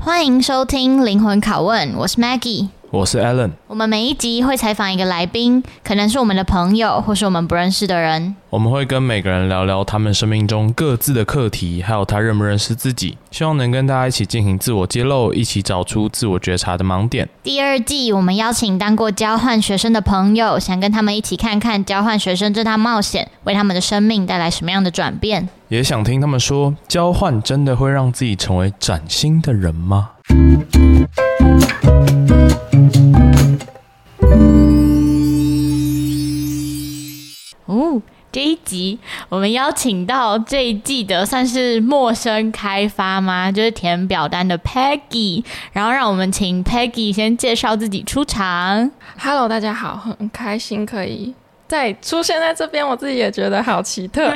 欢迎收听《灵魂拷问》，我是 Maggie。我是 Alan。我们每一集会采访一个来宾，可能是我们的朋友，或是我们不认识的人。我们会跟每个人聊聊他们生命中各自的课题，还有他认不认识自己，希望能跟大家一起进行自我揭露，一起找出自我觉察的盲点。第二季我们邀请当过交换学生的朋友，想跟他们一起看看交换学生这趟冒险为他们的生命带来什么样的转变。也想听他们说，交换真的会让自己成为崭新的人吗？哦，这一集我们邀请到这一季的算是陌生开发吗？就是填表单的 Peggy，然后让我们请 Peggy 先介绍自己出场。 Hello，大家好，很开心可以再出现在这边，我自己也觉得好奇特，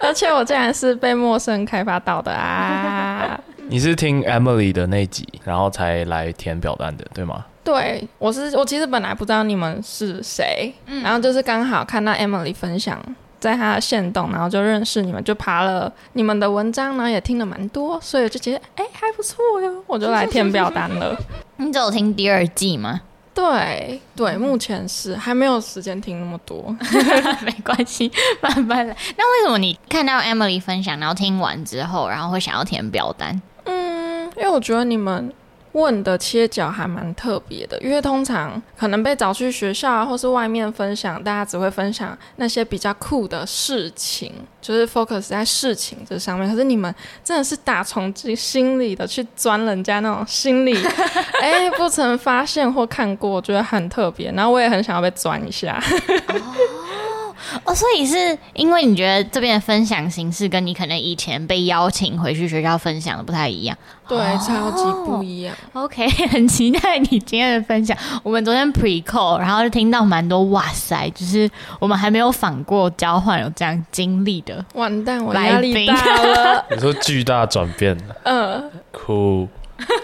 而且我竟然是被陌生开发到的啊！你是听 Emily 的那集，然后才来填表单的，对吗？对，我是我其实本来不知道你们是谁，然后就是刚好看到 Emily 分享在她的线动，然后就认识你们，就爬了你们的文章，然后也听了蛮多，所以我就觉得哎、还不错哟，我就来填表单了。你只有听第二季吗？对对，目前是还没有时间听那么多。 没关系，慢慢来。那为什么你看到 Emily 分享，然后听完之后，然后会想要填表单？嗯，因为我觉得你们问的切角还蛮特别的，因为通常可能被找去学校啊，或是外面分享，大家只会分享那些比较酷的事情，就是 focus 在事情这上面。可是你们真的是打从自己心里的去钻人家那种心 里，哎、不曾发现或看过，我觉得很特别。然后我也很想要被钻一下。哦，所以是因为你觉得这边的分享形式跟你可能以前被邀请回去学校分享的不太一样。 对，超级不一样。 OK，很 期待你今天的分享。我们昨天 pre call，然后就听到蛮多哇塞，就是我们还没有访过交换有这样经历的。完蛋，我来压力宾大了，你说巨大转变，嗯、酷。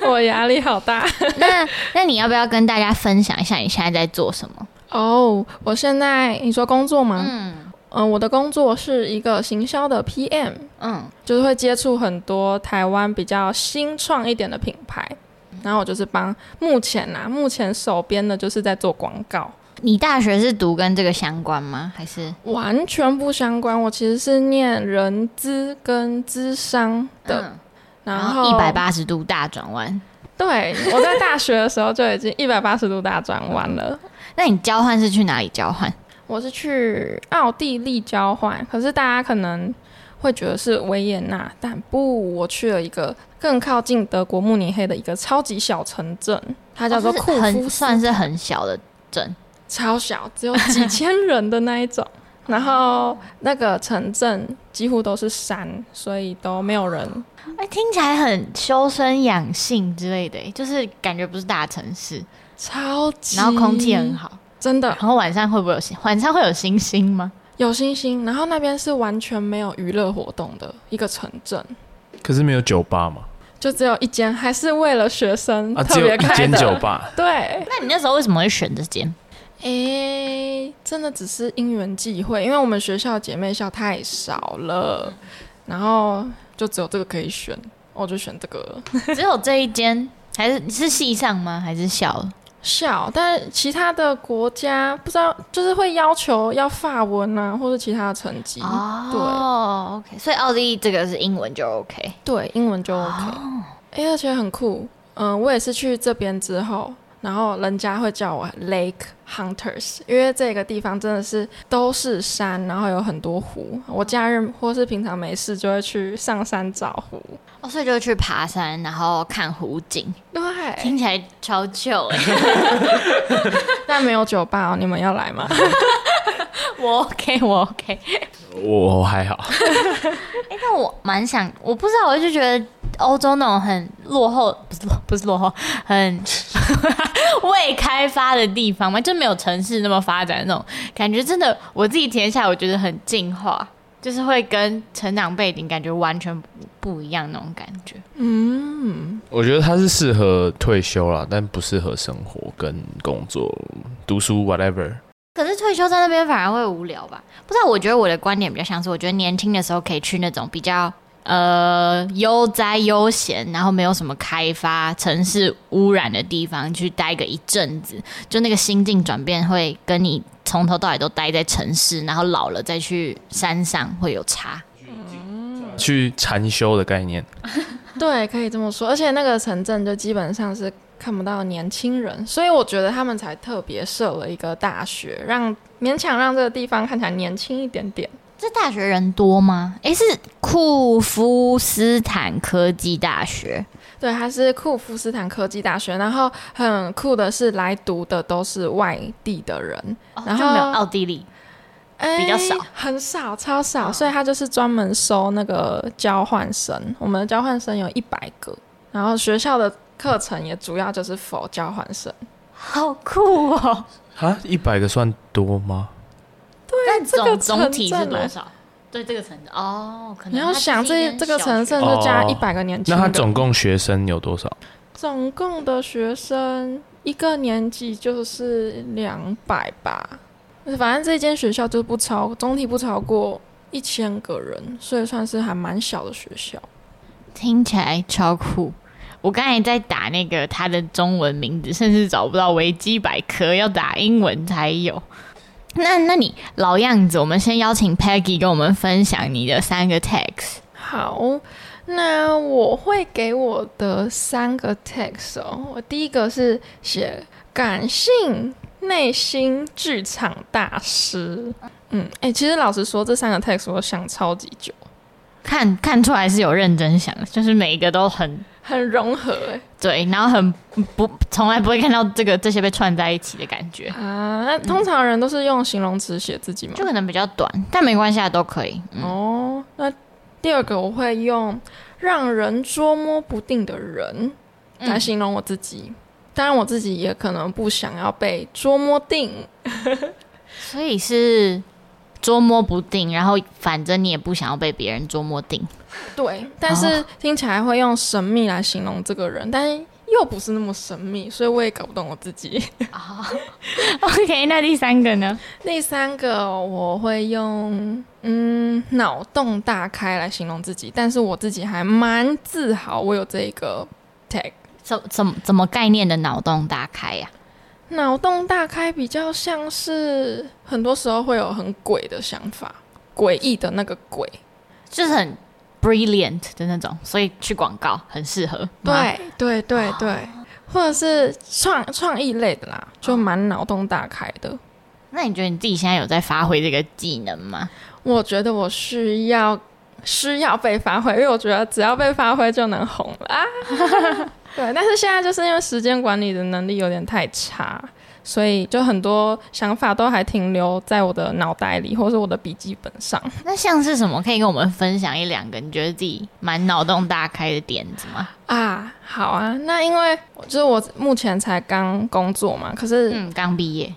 我压力好大。 那那你要不要跟大家分享一下你现在在做什么？哦我现在你说工作吗？嗯、嗯我的工作是一个行销的 PM，嗯，就是会接触很多台湾比较新创一点的品牌，嗯然后我就是帮目前啊，目前手边的就是在做广告，你大学是读跟这个相关吗？还是完全不相关。我其实是念人资跟资商的，嗯然然后后一百，八十度大转弯。对我在大学的时候就已经一百八十度大转弯了。那你交换是去哪里交换？我是去奥地利交换，可是大家可能会觉得是维也纳，但不，我去了一个更靠近德国慕尼黑的一个超级小城镇，它叫做哦库就是夫很斯，算是很小的镇。超小，只有几千人的那一种。然后那个城镇几乎都是山，所以都没有人。哎，听起来很修身养性之类的，哎就是感觉不是大城市，超级，然后空气很，好，真的然后晚上会不会有星？晚上会有星星吗？有星星。然后那边是完全没有娱乐活动的一个城镇，可是没有酒吧嘛？就只有一间，还是为了学生啊，特只有别一开间的。酒吧。对，那你那时候为什么会选这间？ 诶、真的只是因缘际会，因为我们学校姐妹校太少了，然后就只有这个可以选，我就选这个了只有这一间，还是是系上吗？还是校？校。但其他的国家不知道，就是会要求要法文啊，或者其他的成绩。嗯哦，OK，所以奥地利这个是英文就 OK。对，英文就 OK。诶、而且很酷，嗯，我也是去这边之后。然后人家会叫我 Lake Hunters，因为这个地方真的是都是山，然后有很多湖。我假日或是平常没事就会去上山找湖。哦，所以就去爬山，然后看湖景，对，听起来超 chill 哎、 但没有酒吧哦，你们要来吗？我 OK，我 OK。我我还好，哎、但我蛮想，我不知道，我就觉得欧洲那种很落后，不是落，不是落后，很 未开发的地方嘛，就没有城市那么发展的那种感觉。真的，我自己填下来，我觉得很进化，就是会跟成长背景感觉完全不不一样那种感觉。 嗯，我觉得他是适合退休啦，但不适合生活跟工作、读书 whatever。可是退休在那啊边反而会无聊吧？不知道，我觉得我的观点比较像是，我觉得年轻的时候可以去那种比较呃悠哉悠闲，然后没有什么开发、城市污染的地方去待个一阵子，就那个心境转变会跟你从头到尾都待在城市，然后老了再去山上会有差。去禅修的概念。对，可以这么说。而且那个城镇就基本上是看不到年轻人，所以我觉得他们才特别设了一个大学，让勉强让这个地方看起来年轻一点点。这大学人多吗？诶，是库夫斯坦科技大学，对，它是库夫斯坦科技大学，然后很酷的是，来读的都是外地的人，然哦就没有后奥地利。哎比较少嗯很少，超少，所以他就是专门收那个交换生。我们的交换生有一百个，然后学校的课程也主要就是否交换生。好酷哦！啊，一百个算多吗？但这总、个总体城是镇多欸少？对这个城镇哦，可能你它要想是一间这这个小城学镇就加哦一百个年轻那人，他总共学生有多少？总共的学生一个年级就是两百吧，反正这间学校就不超总体不超过一千个人，所以算是还蛮小的学校。听起来超酷。我刚才在打那个它的中文名字，甚至找不到维基百科，要打英文才有。那那你老样子，我们先邀请 Peggy 跟我们分享你的三个 tags。好，那我会给我的三个 text 哦。我第一个是写感性内心剧场大师。嗯，哎、其实老实说，这三个 text 我想超级久，看看出来是有认真想的，就是每一个都很很融合哎、对，然后很不从来不会看到这个这些被串在一起的感觉，啊，那通常人都是用形容词写自己嘛就。可能比较短，但没关系，啊，都可以。嗯，哦，那第二个我会用让人捉摸不定的人来形容我自己。当然，我自己也可能不想要被捉摸定。所以是捉摸不定，然后反正你也不想要被别人捉摸定。对，但是听起来会用神秘来形容这个人，但又不是那么神秘，所以我也搞不懂我自己。 OK，那第三个呢？第三个我会用嗯脑洞大开来形容自己，但是我自己还蛮自豪我有这个 tag。怎怎么怎么概念的脑洞大开啊呀、脑洞大开比较像是很多时候会有很鬼的想法，诡异的那个鬼。就是很 brilliant 的那种，所以去广告很适合。吗，对对对对，或者是创创意类的啦，就蛮脑洞大开的。那你觉得你自己现在有在发挥这个技能吗？我觉得我需要需要被发挥，因为我觉得只要被发挥就能红了 啊。对，但是现在就是因为时间管理的能力有点太差，所以就很多想法都还停留在我的脑袋里，或是我的笔记本上。那像是什么？可以跟我们分享一两个你觉得自己蛮脑洞大开的点子吗？啊，好啊，那因为就是我目前才刚工作嘛，可是嗯嗯，刚毕业，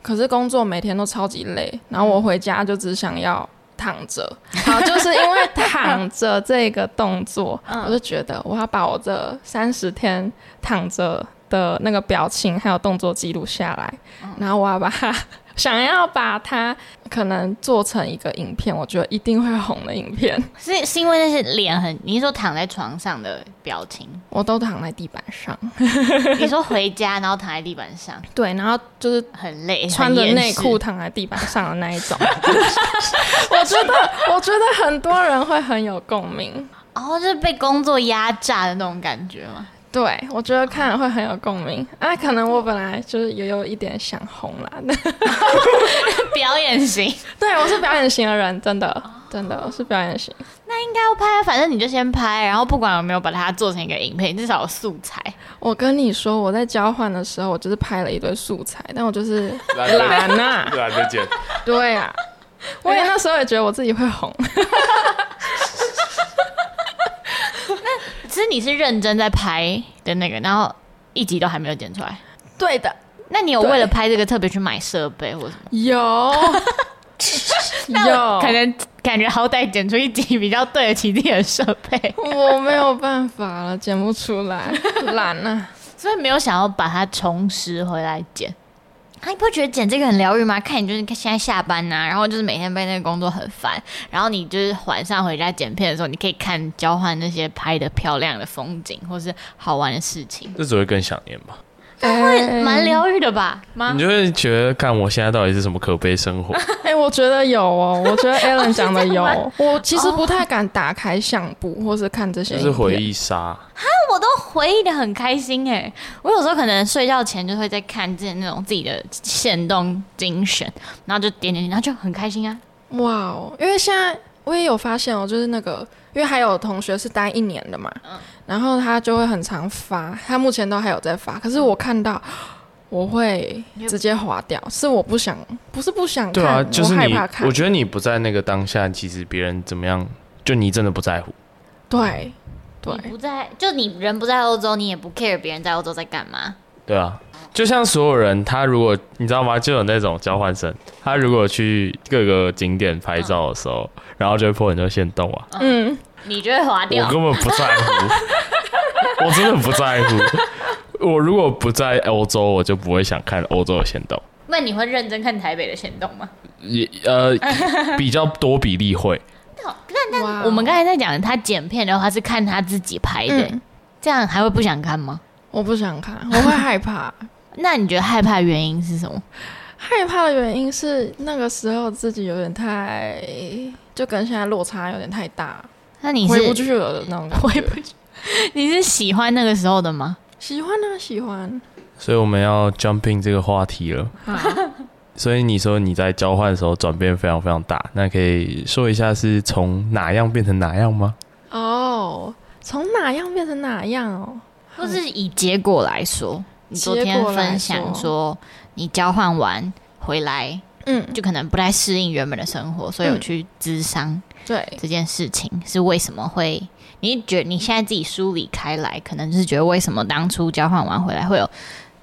可是工作每天都超级累，然后我回家就只想要躺 着。好，就是因为躺着这个动 作，我就觉得我要把我这三十天躺着的那个表情还有动作记录下来，然后我要把它想要把它可能做成一个影片，我觉得一定会红的影片。是是因为那些脸很，你是说躺在床上的表情？ 我都躺在地板上，你说回家然后躺在地板上对，然后就是很累，穿着很厌内世裤躺在地板上的那一 种。我觉得，我觉得很多人会很有共鸣。哦，就是被工作压榨的那种感觉 吗？对，我觉得看了会很有共鸣。啊，可能我本来就是也有一点想红啦。 表演 型。对，我是表演型的人，真的，真的，我是表演型。要拍啊，反正你就先拍，然后不管有没有把它做成一个影片，至少有素材。我跟你说，我在交换的时候，我就是拍了一堆素材，但我就是懒得懒呐、懒得剪， 对啊，我也那时候也觉得我自己会红。其实你是认真在拍的那个，然后一集都还没有剪出来。对的，那你有对为了拍这个特别去买设备或什么？ 有有，可能感觉好歹剪出一集比较对得起自己的设备，我没有办法了，剪不出来，懒啊。所以没有想要把它重拾回来剪。啊，你不觉得剪这个很疗愈吗？看你就是现在下班呐、然后就是每天被那个工作很烦，然后你就是晚上回家剪片的时候，你可以看交换那些拍的漂亮的风景或是好玩的事情，这只会更想念吧？哎蛮疗愈的吧？吗你？就会觉得，看我现在到底是什么可悲生活？哎、我觉得有哦，我觉得 Alan 讲的有。吗我其实不太敢打开相簿或是看这些就影是片，回忆杀。我都回忆的很开心哎、我有时候可能睡觉前就会在看自己那种自己的现动精选，然后就点点点，然后就很开心啊。哇哦！因为现在我也有发现哦，就是那个，因为还有同学是待一年的嘛，然后他就会很常发，他目前都还有在发，可是我看到。我会直接划掉，是我不想，不是不想看，对啊，就是我害你怕，看我。觉得你不在那个当下，其实别人怎么样，就你真的不在乎。对，对，你不在，就你人不在欧洲，你也不 care 别人在欧洲在干嘛。对啊，就像所有人，他如果你知道吗，就有那种交换生，他如果去各个景点拍照的时候，然后就会破很多限动啊，嗯，你就会划我掉。根本不在乎，我真的不在乎。我如果不在欧洲，我就不会想看欧洲的限动，那你会认真看台北的行动吗？也呃比较多比例会，哇我们刚才在讲他剪片的话，是看他自己拍的、嗯这样还会不想看吗？我不想看，我会害怕。那你觉得害怕的原因是什么？害怕的原因是那个时候自己有点太，就跟现在落差有点太大，那你回不是去了的那种感觉。回不去，你是喜欢那个时候的吗？喜欢啊，喜欢。所以我们要 jumping 这个话题了。所以你说你在交换的时候转变非常非常大，那可以说一下是从哪样变成哪样吗？ 哦，从哪样变成哪样哦？或是以结果来说，你昨天结果来分享说你交换完回来嗯，就可能不太适应原本的生活，所以有去咨商对，这件事情是为什么会？你觉你现在自己梳理开来，可能就是觉得为什么当初交换完回来会有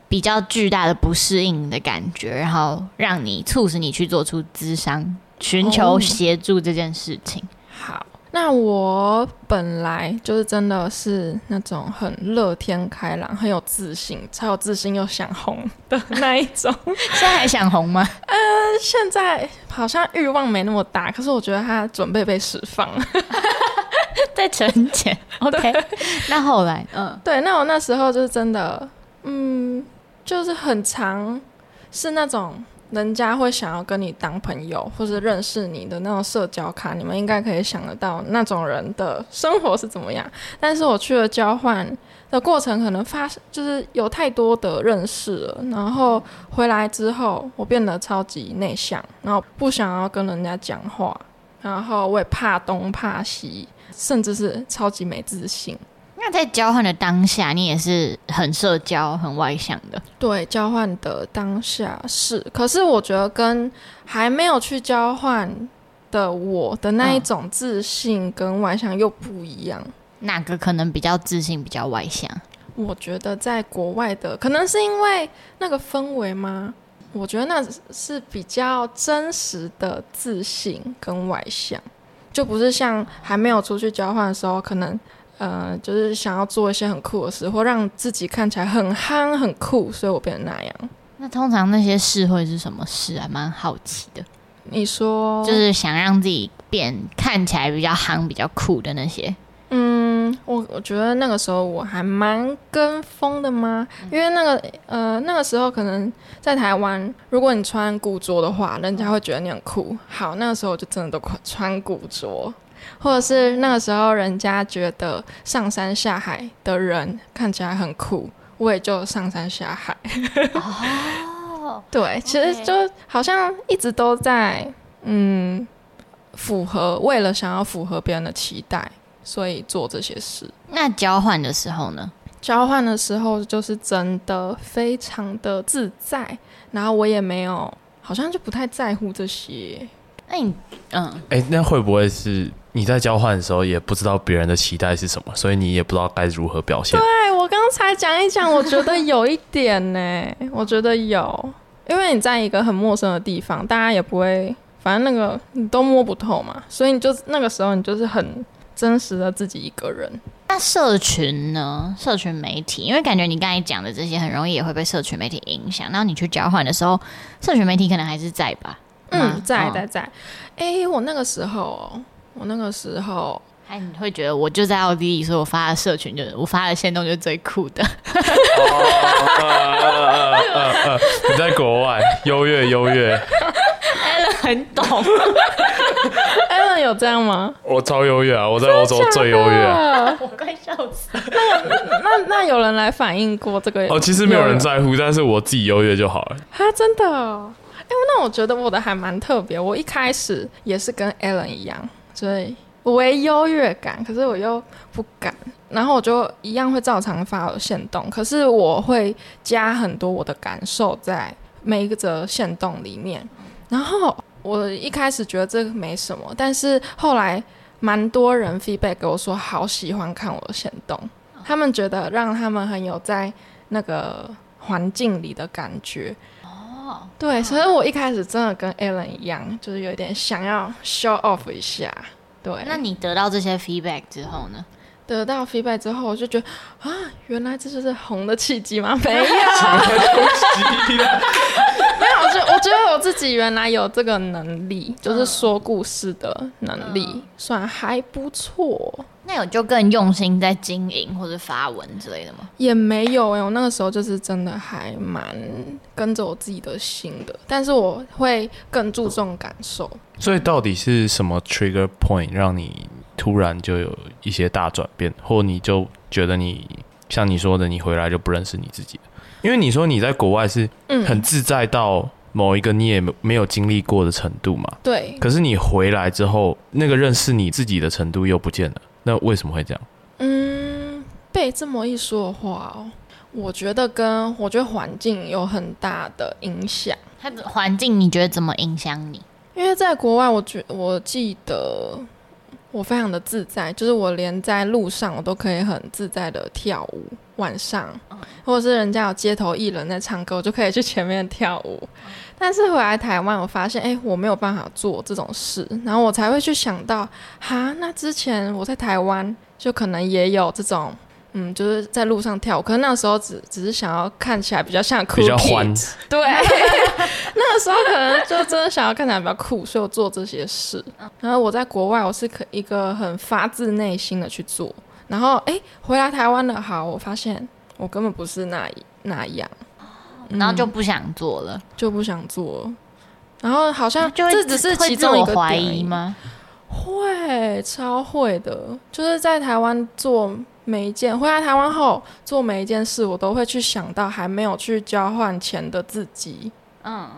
比较巨大的不适应的感觉，然后让你促使你去做出咨商，寻求哦协助这件事情。好。那我本来就是真的是那种很乐天开朗、很有自信、超有自信又想红的那一种。现在还想红 吗？现在好像欲望没那么大，可是我觉得他准备被释放。在沉潜 ，OK。那后来，嗯，对，那我那时候就是真的，嗯，就是很常是那种人家会想要跟你当朋友或者认识你的那种社交卡，你们应该可以想得到那种人的生活是怎么样。但是我去了交换的过程，可能发就是有太多的认识了，然后回来之后，我变得超级内向，然后不想要跟人家讲话，然后我也怕东怕西，甚至是超级没自信。那在交换的当下，你也是很社交、很外向的。对，交换的当下是，可是我觉得跟还没有去交换的我的那一嗯种自信跟外向又不一样。哪个可能比较自信、比较外向？我觉得在国外的，可能是因为那个氛围吗？我觉得那是比较真实的自信跟外向，就不是像还没有出去交换的时候，可能呃，就是想要做一些很酷的事，或让自己看起来很憨很酷，所以我变成那样。那通常那些事会是什么事啊？蛮好奇的，你说，就是想让自己变看起来比较夯、比较酷的那些。嗯，我我觉得那个时候我还蛮跟风的嘛，因为那个呃那个时候可能在台湾，如果你穿古着的话，人家会觉得你很酷。好，那个时候我就真的都穿穿古着，或者是那个时候人家觉得上山下海的人看起来很酷，我也就上山下海。哦，对，其实 OK 就好像一直都在嗯符合，为了想要符合别人的期待，所以做这些事。那交换的时候呢？交换的时候就是真的非常的自在，然后我也没有，好像就不太在乎这些。那你嗯，哎、那会不会是你在交换的时候也不知道别人的期待是什么，所以你也不知道该如何表现？哎，我刚才讲一讲，我觉得有一点呢， 我觉得有，因为你在一个很陌生的地方，大家也不会，反正那个你都摸不透嘛，所以你就那个时候你就是很真实的自己一个人。那社群呢？社群媒体，因为感觉你刚才讲的这些很容易也会被社群媒体影响。然后你去交换的时候，社群媒体可能还是在吧？吗嗯，在哦在在。哎、我那个时候哦，我那个时候哎，你会觉得我就在奥地利，所以我发的社群就是我发的线动就是最酷的。你在国外优越优越， a l 很 懂，艾伦有这样吗？我超优越啊！我在欧洲最优越啊。啊我快笑死。那那有人来反映过这个？哦，其实没有人在乎，但是我自己优越就好 了。啊，真的、哦。哎、那我觉得我的还蛮特别。我一开始也是跟 Alan 一样，所以我为优越感，可是我又不敢。然后我就一样会照常发我的线动，可是我会加很多我的感受在每一个则线动里面。然后我一开始觉得这个没什么，但是后来蛮多人 feedback 给我说好喜欢看我的线动，他们觉得让他们很有在那个环境里的感觉。哦，对，所以我一开始真的跟 Alan 一样，就是有点想要 show off 一下。对，那你得到这些 feedback 之后呢？得到 feedback 之后，我就觉得啊，原来这就是红的契机吗？ 没有，没有，我觉我觉得我自己原来有这个能力，就是说故事的能力，算还不错。那有就更用心在经营或者发文之类的吗？也没有哎、我那个时候就是真的还蛮跟着我自己的心的，但是我会更注重感受。所以到底是什么 trigger point 让你突然就有一些大转变，或你就觉得你像你说的，你回来就不认识你自己了？因为你说你在国外是嗯，很自在到某一个你也没有经历过的程度嘛，对，可是你回来之后，那个认识你自己的程度又不见了，那为什么会这样？嗯，被这么一说的话哦，我觉得跟我觉得环境有很大的影响，它的环境你觉得怎么影响你？因为在国外，我觉我记得我非常的自在，就是我连在路上我都可以很自在的跳舞，晚上或者是人家有街头艺人在唱歌，我就可以去前面跳舞。但是回来台湾，我发现，哎、我没有办法做这种事，然后我才会去想到，哈，那之前我在台湾就可能也有这种，嗯，就是在路上跳舞，可是那时候只只是想要看起来比较像 cool 比较 kid 欢，对， 那个时候可能就真的想要看起来比较酷，所以我做这些事。然后我在国外，我是可一个很发自内心的去做。然后诶，回来台湾了，好，我发现我根本不是那一那样，嗯哦然后就不想做了，就不想做了。然后好像就会这只是会其自中一我个怀点而已疑？吗？会，超会的。就是在台湾做每一件，回来台湾后做每一件事，我都会去想到还没有去交换前的自己嗯，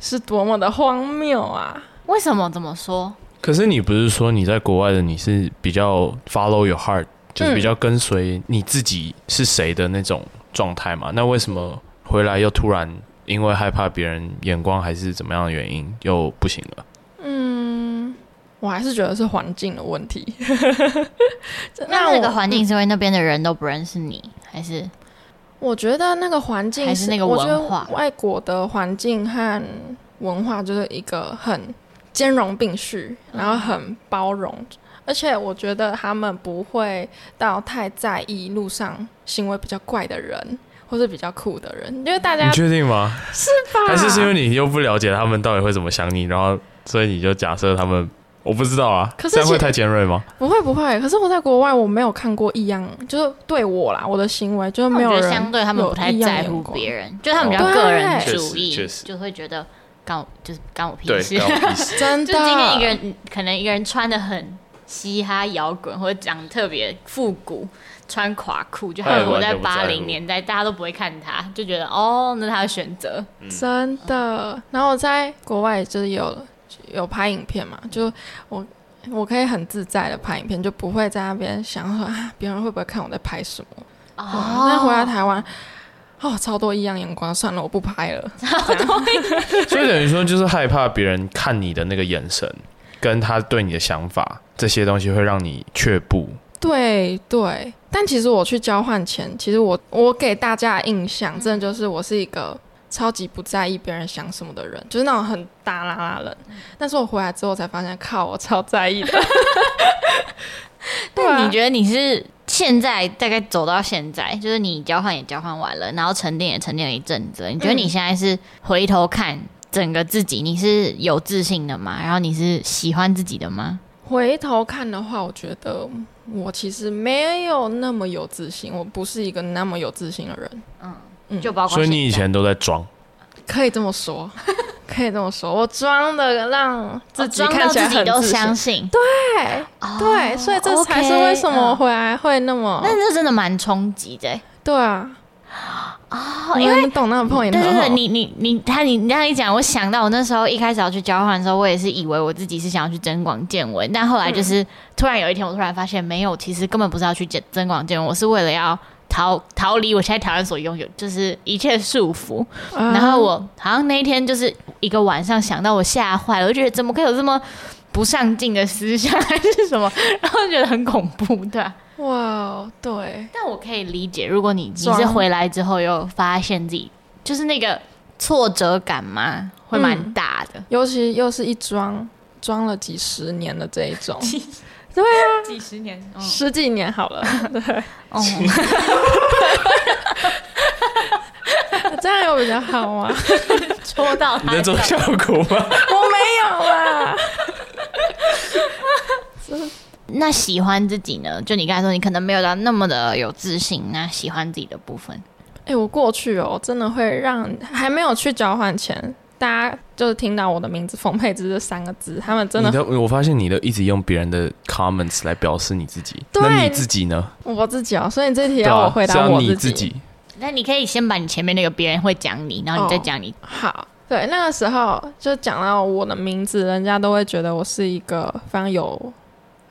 是多么的荒谬啊！为什么这么说？可是你不是说你在国外的你是比较 follow your heart，就是嗯比较跟随你自己是谁的那种状态嘛？那为什么回来又突然因为害怕别人眼光还是怎么样的原因又不行了？嗯，我还是觉得是环境的问题。 那那我个环境是因为那边的人都不认识你，还是我觉得那个环境还是那个我觉得文化外国的环境和文化就是一个很兼容并蓄，嗯然后很包容，而且我觉得他们不会到太在意路上行为比较怪的人。或是比较酷的人，因为大家你确定吗？吧还是是因为你又不了解他们到底会怎么想你，然后所以你就假设他们，我不知道啊，可是这样其会太尖锐吗？不会不会，可是我在国外我没有看过异样，就是对我啦，我的行为就是没有那哦我觉人得相对他们有不太异样在眼乎光别人，就他们比较哦个人对主义确实确，实就会觉得干我就是干我屁对，事。关我屁事真就的，今天一个人呃可能一个人穿的很嘻哈摇滚，或者讲得特别复古，穿垮裤，就他也很活哎完全在不在八乎零年代，大家都不会看他，就觉得哦，那他的选择。真的。然后我在国外就是有有拍影片嘛，就我我可以很自在的拍影片，就不会在那边想说啊，别人会不会看我在拍什么。哦哇那回来台湾，哦，超多异样眼光，算了，我不拍了。所以等于说就是害怕别人看你的那个眼神，跟他对你的想法这些东西会让你却步。对对，但其实我去交换前，其实我我给大家的印象，真的就是我是一个超级不在意别人想什么的人，就是那种很大啦啦人。但是我回来之后才发现，靠，我超在意的。对啊但你觉得你是现在大概走到现在，就是你交换也交换完了，然后沉淀也沉淀了一阵子了，你觉得你现在是回头看整个自己，你是有自信的吗？然后你是喜欢自己的吗？回头看的话，我觉得我其实没有那么有自信，我不是一个那么有自信的人，嗯就包括所以现你以在前都在 装，可以这 么说，可以这么说，我装的让哦自己装到看起来自己很都自相信，信，对哦对，所以这才是 OK，为什么我嗯回来会那么但这真的蛮冲击的欸。对啊，哦，你因为们懂那个 point 对对对，哦你你你，他你你这样一讲，我想到我那时候一开始要去交换的时候，我也是以为我自己是想要去增广见闻，但后来就是、突然有一天，我突然发现没有，其实根本不是要去增增广见闻，我是为了要逃逃离我现在台湾所拥有就是一切束缚。啊然后我好像那一天就是一个晚上想到我吓坏了，我就觉得怎么可以有这么不上进的思想还是什么，然后觉得很恐怖，对啊。哇哦，对，但我可以理解，如果你你装是回来之后又发现自己就是那个挫折感嘛，会嗯蛮大的。尤其又是一装装了几十年的这一 种，几十年，嗯十几年好了，哦， 这样有比较好吗？戳到你他在做效果吗？我没有啦， 那喜欢自己呢？就你刚才说，你可能没有到那么的有自信，那喜欢自己的部分，哎、我过去哦，真的会让还没有去交换前，大家就是听到我的名字“冯佩芝”这三个字，他 们真你的，的我发现你都一直用别人的 comments 来表示你自己，对那你自己呢？我自己哦，所以你这题对要我啊，回是答要我你自己。那你可以先把你前面那个别人会讲你，然后你哦再讲你。好，对，那个时候就讲到我的名字，人家都会觉得我是一个非常有、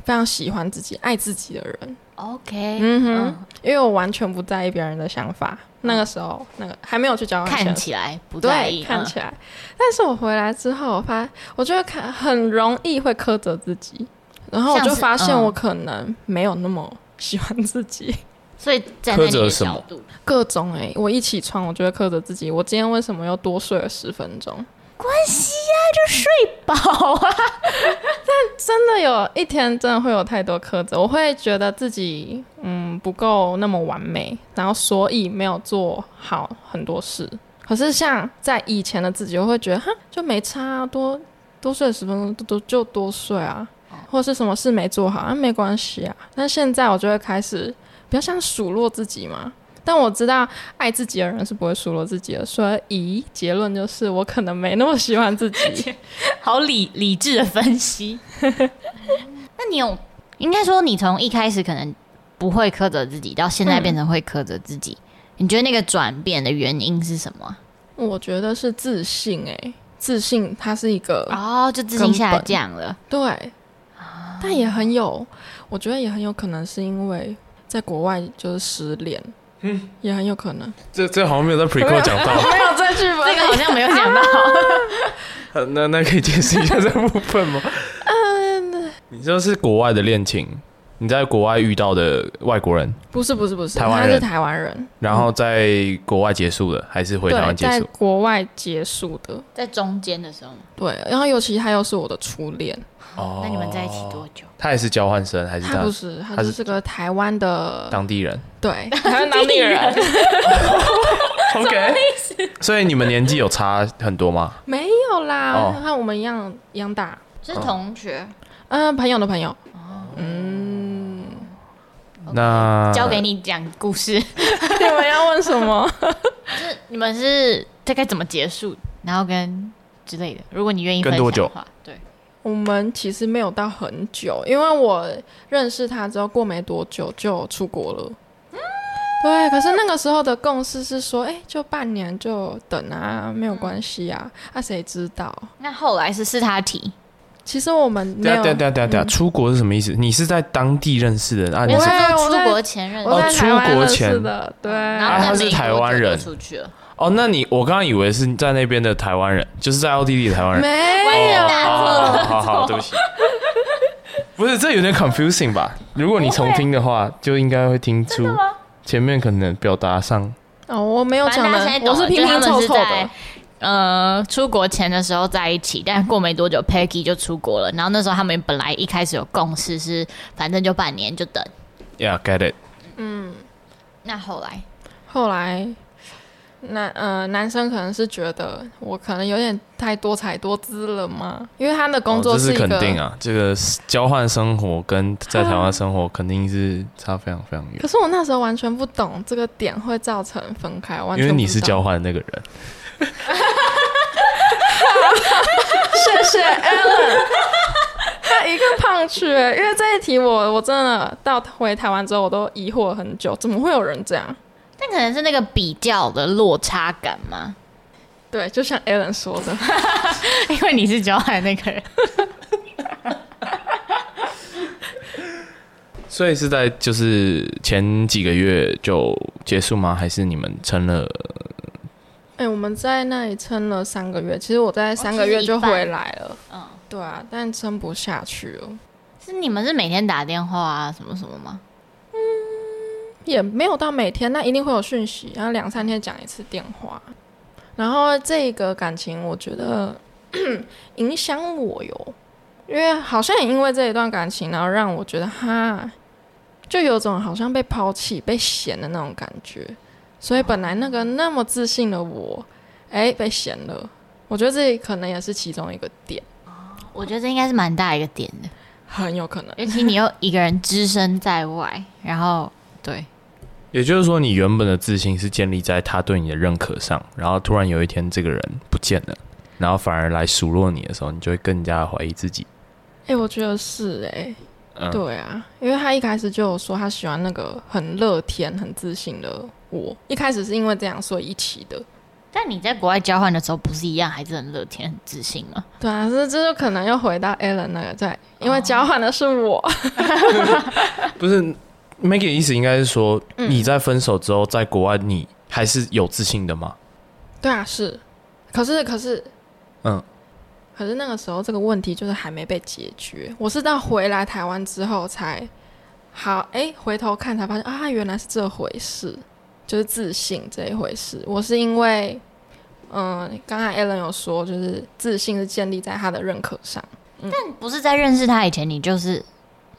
非常喜欢自己、爱自己的人。 OK，嗯哼，嗯因为我完全不在意别人的想法。那个时候，那个还没有去交换看前，起来不在对，意，看嗯起来。但是我回来之后，我发我就会看很容易会苛责自己，然后我像就是发现嗯我可能没有那么 喜欢自己。所以站在你苛责的什么角度，各种哎、我一起床我就会苛责自己，我今天为什么又多睡了十分钟？啊宝啊，真的有一天真的会有太多苛责，我会觉得自己嗯不够那么完美，然后所以没有做好很多事。可是像在以前的自己，我会觉得哈就没差、啊，多多睡十分钟多多就多睡啊，或是什么事没做好啊没关系啊。但现在我就会开始比较像数落自己嘛。但我知道爱自己的人是不会数落自己的，所以结论就是我可能没那么喜欢自己。好理理智的分析。 那你有应该说，你从一开始可能不会苛责自己，到现在变成会苛责自己，你觉得那个转变的原因是什么？我觉得是自信哎、自信它是一个、哦，就自信下降了。对，但也很有，我觉得也很有可能是因为在国外就是失恋，嗯，也很有可能。这这好像没有在 pre 啊 call 讲到， 没有这句这个好像没有讲到，呃那那可以解释一下这部分吗？嗯你说是国外的恋情，你在国外遇到的外国人，不是不是不是，台湾他人是台湾人，然后在国外结束的，还是回台对，湾结在束？国外结束的， 在中间的时候，对。然后尤其他又是我的初恋，哦那你们在一起多久？他也是交换生，还是他他不是，他他是就是个台湾的，当地人对， 台湾当地人， ？OK，所以你们年纪有差很多吗？没有啦哦，他和我们一样一样大，是同学，嗯，朋友的朋友，那交给你讲故事。你们要问什么？就是 你们是大概怎么结束，然后跟之类的。如果你愿意跟分享多久的话，对，我们其实没有到很久，因为我认识他之后过没多久就出国了。对，可是那个时候的共识是说，哎、就半年就等啊，没有关系啊。那、谁知道？那后来是是他提，其实我们没对啊，有嗯对啊对啊对啊对啊，出国是什么意思？你是在当地认识的人啊？你我是是对我说在出国前认识我在哦台湾出国认识前的，对。然后啊在他是美国台湾就人出去了，哦，那你我刚刚以为是在那边的台湾人，就是在奥地利的台湾人。没有完全啊打哎错哦了好好好，对 不起。不是，这有点 confusing 吧？如果你重听的话，啊就应该会听出前面可能表达上哦，我没有讲反正大家现在的，懂我了拼拼凑就是凑他们是的在。呃，出国前的时候在一起，但过没多久，Peggy 就出国了。然后那时候他们本来一开始有共识是，反正就半年就等。 ，yeah，get it。那后来，后来男呃男生可能是觉得我可能有点太多才多姿了嘛，因为他的工作哦、这一是肯个，定啊，这个交换生活跟在台湾生啊活肯定是差非常非常远可，是我那时候完全不懂这个点会造成分开，完全因为你是交交换的那个人。 谢谢 Alan。他一个胖去、因为这一题我我真的到回台湾之后我都疑惑很久，怎么会有人这样？但可能是那个比较的落差感嘛，对，就像 Alan 说的， 因为你是交换那个人，所以是在就是前几个月就结束吗？还是你们撑了？ 哎、我们在那里撑了三个月，其实我在三个月哦就回来了。嗯，对啊，但撑不下去了，是你们是每天打电话啊什么什么吗？也没有到每天，那一定会有讯息，然后两三天讲一次电话。然后这个感情，我觉得 影响我哟，因为好像也因为这一段感情，然后让我觉得哈，就有种好像被抛弃、被嫌的那种感觉。所以本来那个那么自信的我，哎，被嫌了。我觉得这可能也是其中一个点，我觉得这应该是蛮大一个点的，很有可能。尤其你又一个人只身在外，然后对，也就是说，你原本的自信是建立在他对你的认可上，然后突然有一天这个人不见了，然后反而来数落你的时候，你就会更加怀疑自己。哎、我觉得是哎、嗯，对啊，因为他一开始就有说他喜欢那个很乐天、很自信的我。一开始是因为这样所以一起的。但你在国外交换的时候，不是一样还是很乐天、很自信吗？对啊，这这就可能又回到 Alan 那个在，因为交换的是我。不是 Maggie 的意思应该是说，嗯你在分手之后，在国外你还是有自信的吗？对啊，是。可是可是嗯，可是那个时候这个问题就是还没被解决。我是到回来台湾之后才好，哎、回头看才发现啊，原来是这回事，就是自信这一回事。我是因为，嗯，刚才 Alan 有说，就是自信是建立在他的认可上。不是在认识他以前，你就是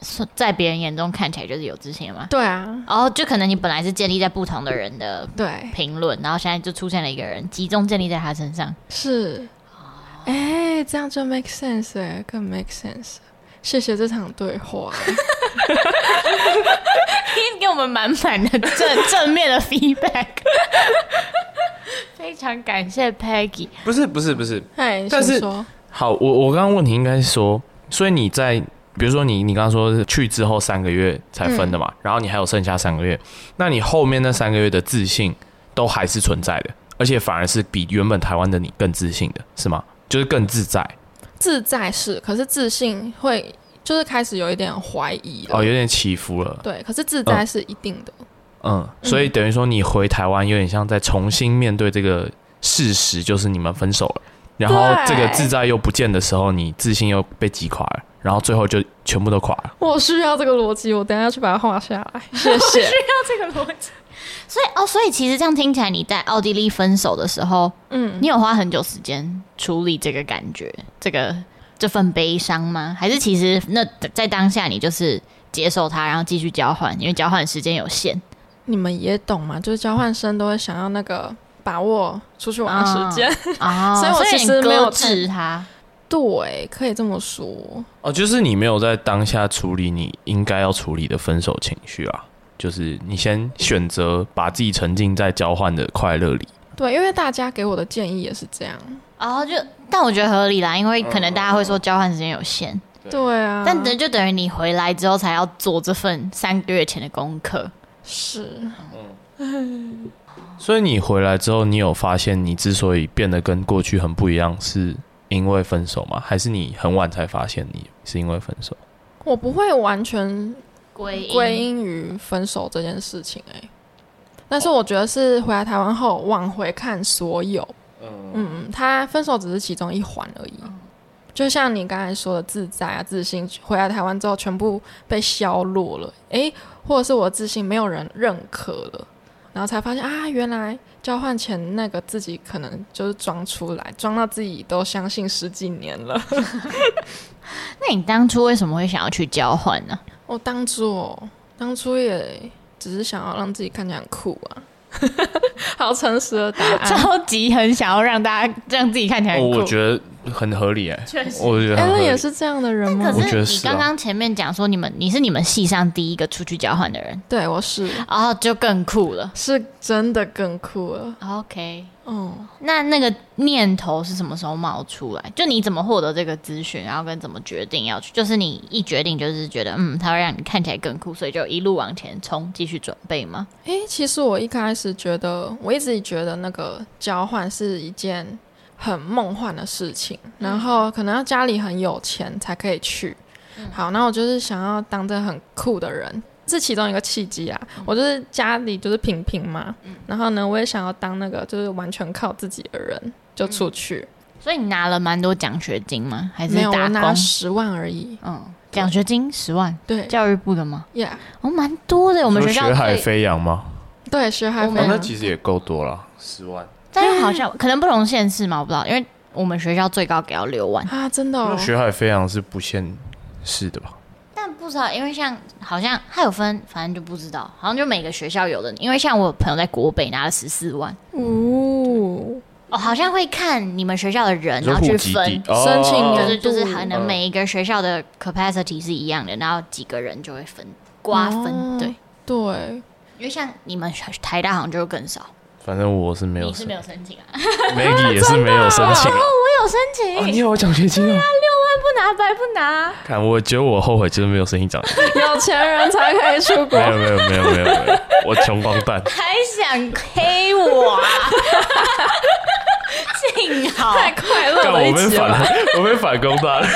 说在别人眼中看起来就是有自信的吗？对啊，然哦后就可能你本来是建立在不同的人的对，评论，然后现在就出现了一个人，集中建立在他身上。是。哎、这样就 make sense 哎、更 make sense。谢谢这场对话。 给我们满满的正正面的 feedback，非常感谢 Peggy。不是，不是，不是。哎，你但是先说，好，我我刚刚问题应该是说，所以你在比如说你你刚刚说是去之后三个月才分的嘛，然后你还有剩下三个月，那你后面那三个月的自信都还是存在的，而且反而是比原本台湾的你更自信的，是吗？就是更自在自在是，可是自信会就是开始有一点怀疑了。哦，有点起伏了，对，可是自在是一定的。嗯，所以嗯等于说你回台湾有点像在重新面对这个事实，就是你们分手了，然后这对个自在又不见的时候，你自信又被击垮了，然后最后就全部都垮了。我需要这个逻辑，我等一下去把它画下来。 谢谢。所以哦，所以其实这样听起来，你在奥地利分手的时候，嗯，你有花很久时间处理这个感觉，这个这份悲伤吗？还是其实那在当下你就是接受它，然后继续交换，因为交换时间有 限。你们也懂嘛？就是交换生都会想要那个把握出去玩的时间。哦，所以我其你实没有搁置它。对，可以这么说。哦，就是你没有在当下处理你应该要处理的分手情绪啊，就是你先选择把自己沉浸在交换的快乐里。对，因为大家给我的建议也是这样。哦，就但我觉得合理啦，因为嗯可能大家会说交换时间有限，对啊，但等就等于你回来之后才要做这份三个月前的功课。是所以你回来之后，你有发现你之所以变得跟过去很不一样，是因为分手吗？还是你很晚才发现你是因为分手？我不会完全归归因于分手这件事情、哎，但是我觉得是回来台湾后往回看所有，嗯嗯，他分手只是其中一环而已。就像你刚才说的，自在啊、自信，回来台湾之后全部被削弱了，哎，或者是我的自信没有人认可了，然后才发现啊，原来交换前那个自己可能就是装出来，装到自己都相信十几年了。那你当初为什么会想要去交换呢、哦我当初哦，当初也只是想要让自己看起来很酷啊。 好诚实的答案，超级很想要让大家让自己看起来哦，很酷。我觉得很合理哎，确实我觉得很合伦理也是这样的人吗可？我觉得是你是啊刚刚前面讲说你们你是你们系上第一个出去交换的人，对，我是然后就更酷了。是真的更酷了。 OK，嗯，那那个念头是什么时候冒出来？就你怎么获得这个资讯，然后跟怎么决定要去？就是你一决定就是觉得嗯，它会让你看起来更酷，所以就一路往前冲，继续准备吗？诶，其实我一开始觉得，我一直觉得那个交换是一件很梦幻的事情，嗯然后可能要家里很有钱才可以去。嗯好，那我就是想要当这很酷的人，这其中一个契机啊。嗯我就是家里就是平平嘛，然后呢，我也想要当那个就是完全靠自己的人，就出去。所以你拿了蛮多奖学金吗？还是没有，我打拿工？十万而已。嗯，奖学金十万，对，教育部的吗？呀哦，蛮多的。我我们学校学海最飞扬吗？对，学海我飞们哦扬。那其实也够多了，十万。但是好像可能不同县市嘛，我不知道，因为我们学校最高给到六万，啊，真的、因为哦，学海飞扬是不限是的吧？但不知道，因为像好像它有分，反正就不知道，好像就每个学校有的。因为像我有朋友在国北拿了十四万，哦，哦，好像会看你们学校的人，你然说后户去籍地分，哦申请就人是就是难可度能每一个学校的 capacity 是一样的，然后几个人就会分瓜分，哦对，对，因为像你们台大好像就更少，反正我是没有你是申没有申请啊？ ，Maggie 也是没有申请。我有申请，哦，你有奖学金啊？不拿白不拿。看，我觉得我后悔就是没有申请奖学金。有钱人才可以出国没。有没有没有没有没有，我穷光蛋。还想黑我、啊？ 幸好 太 快乐干，了，我一被起玩。反，我被反攻蛋。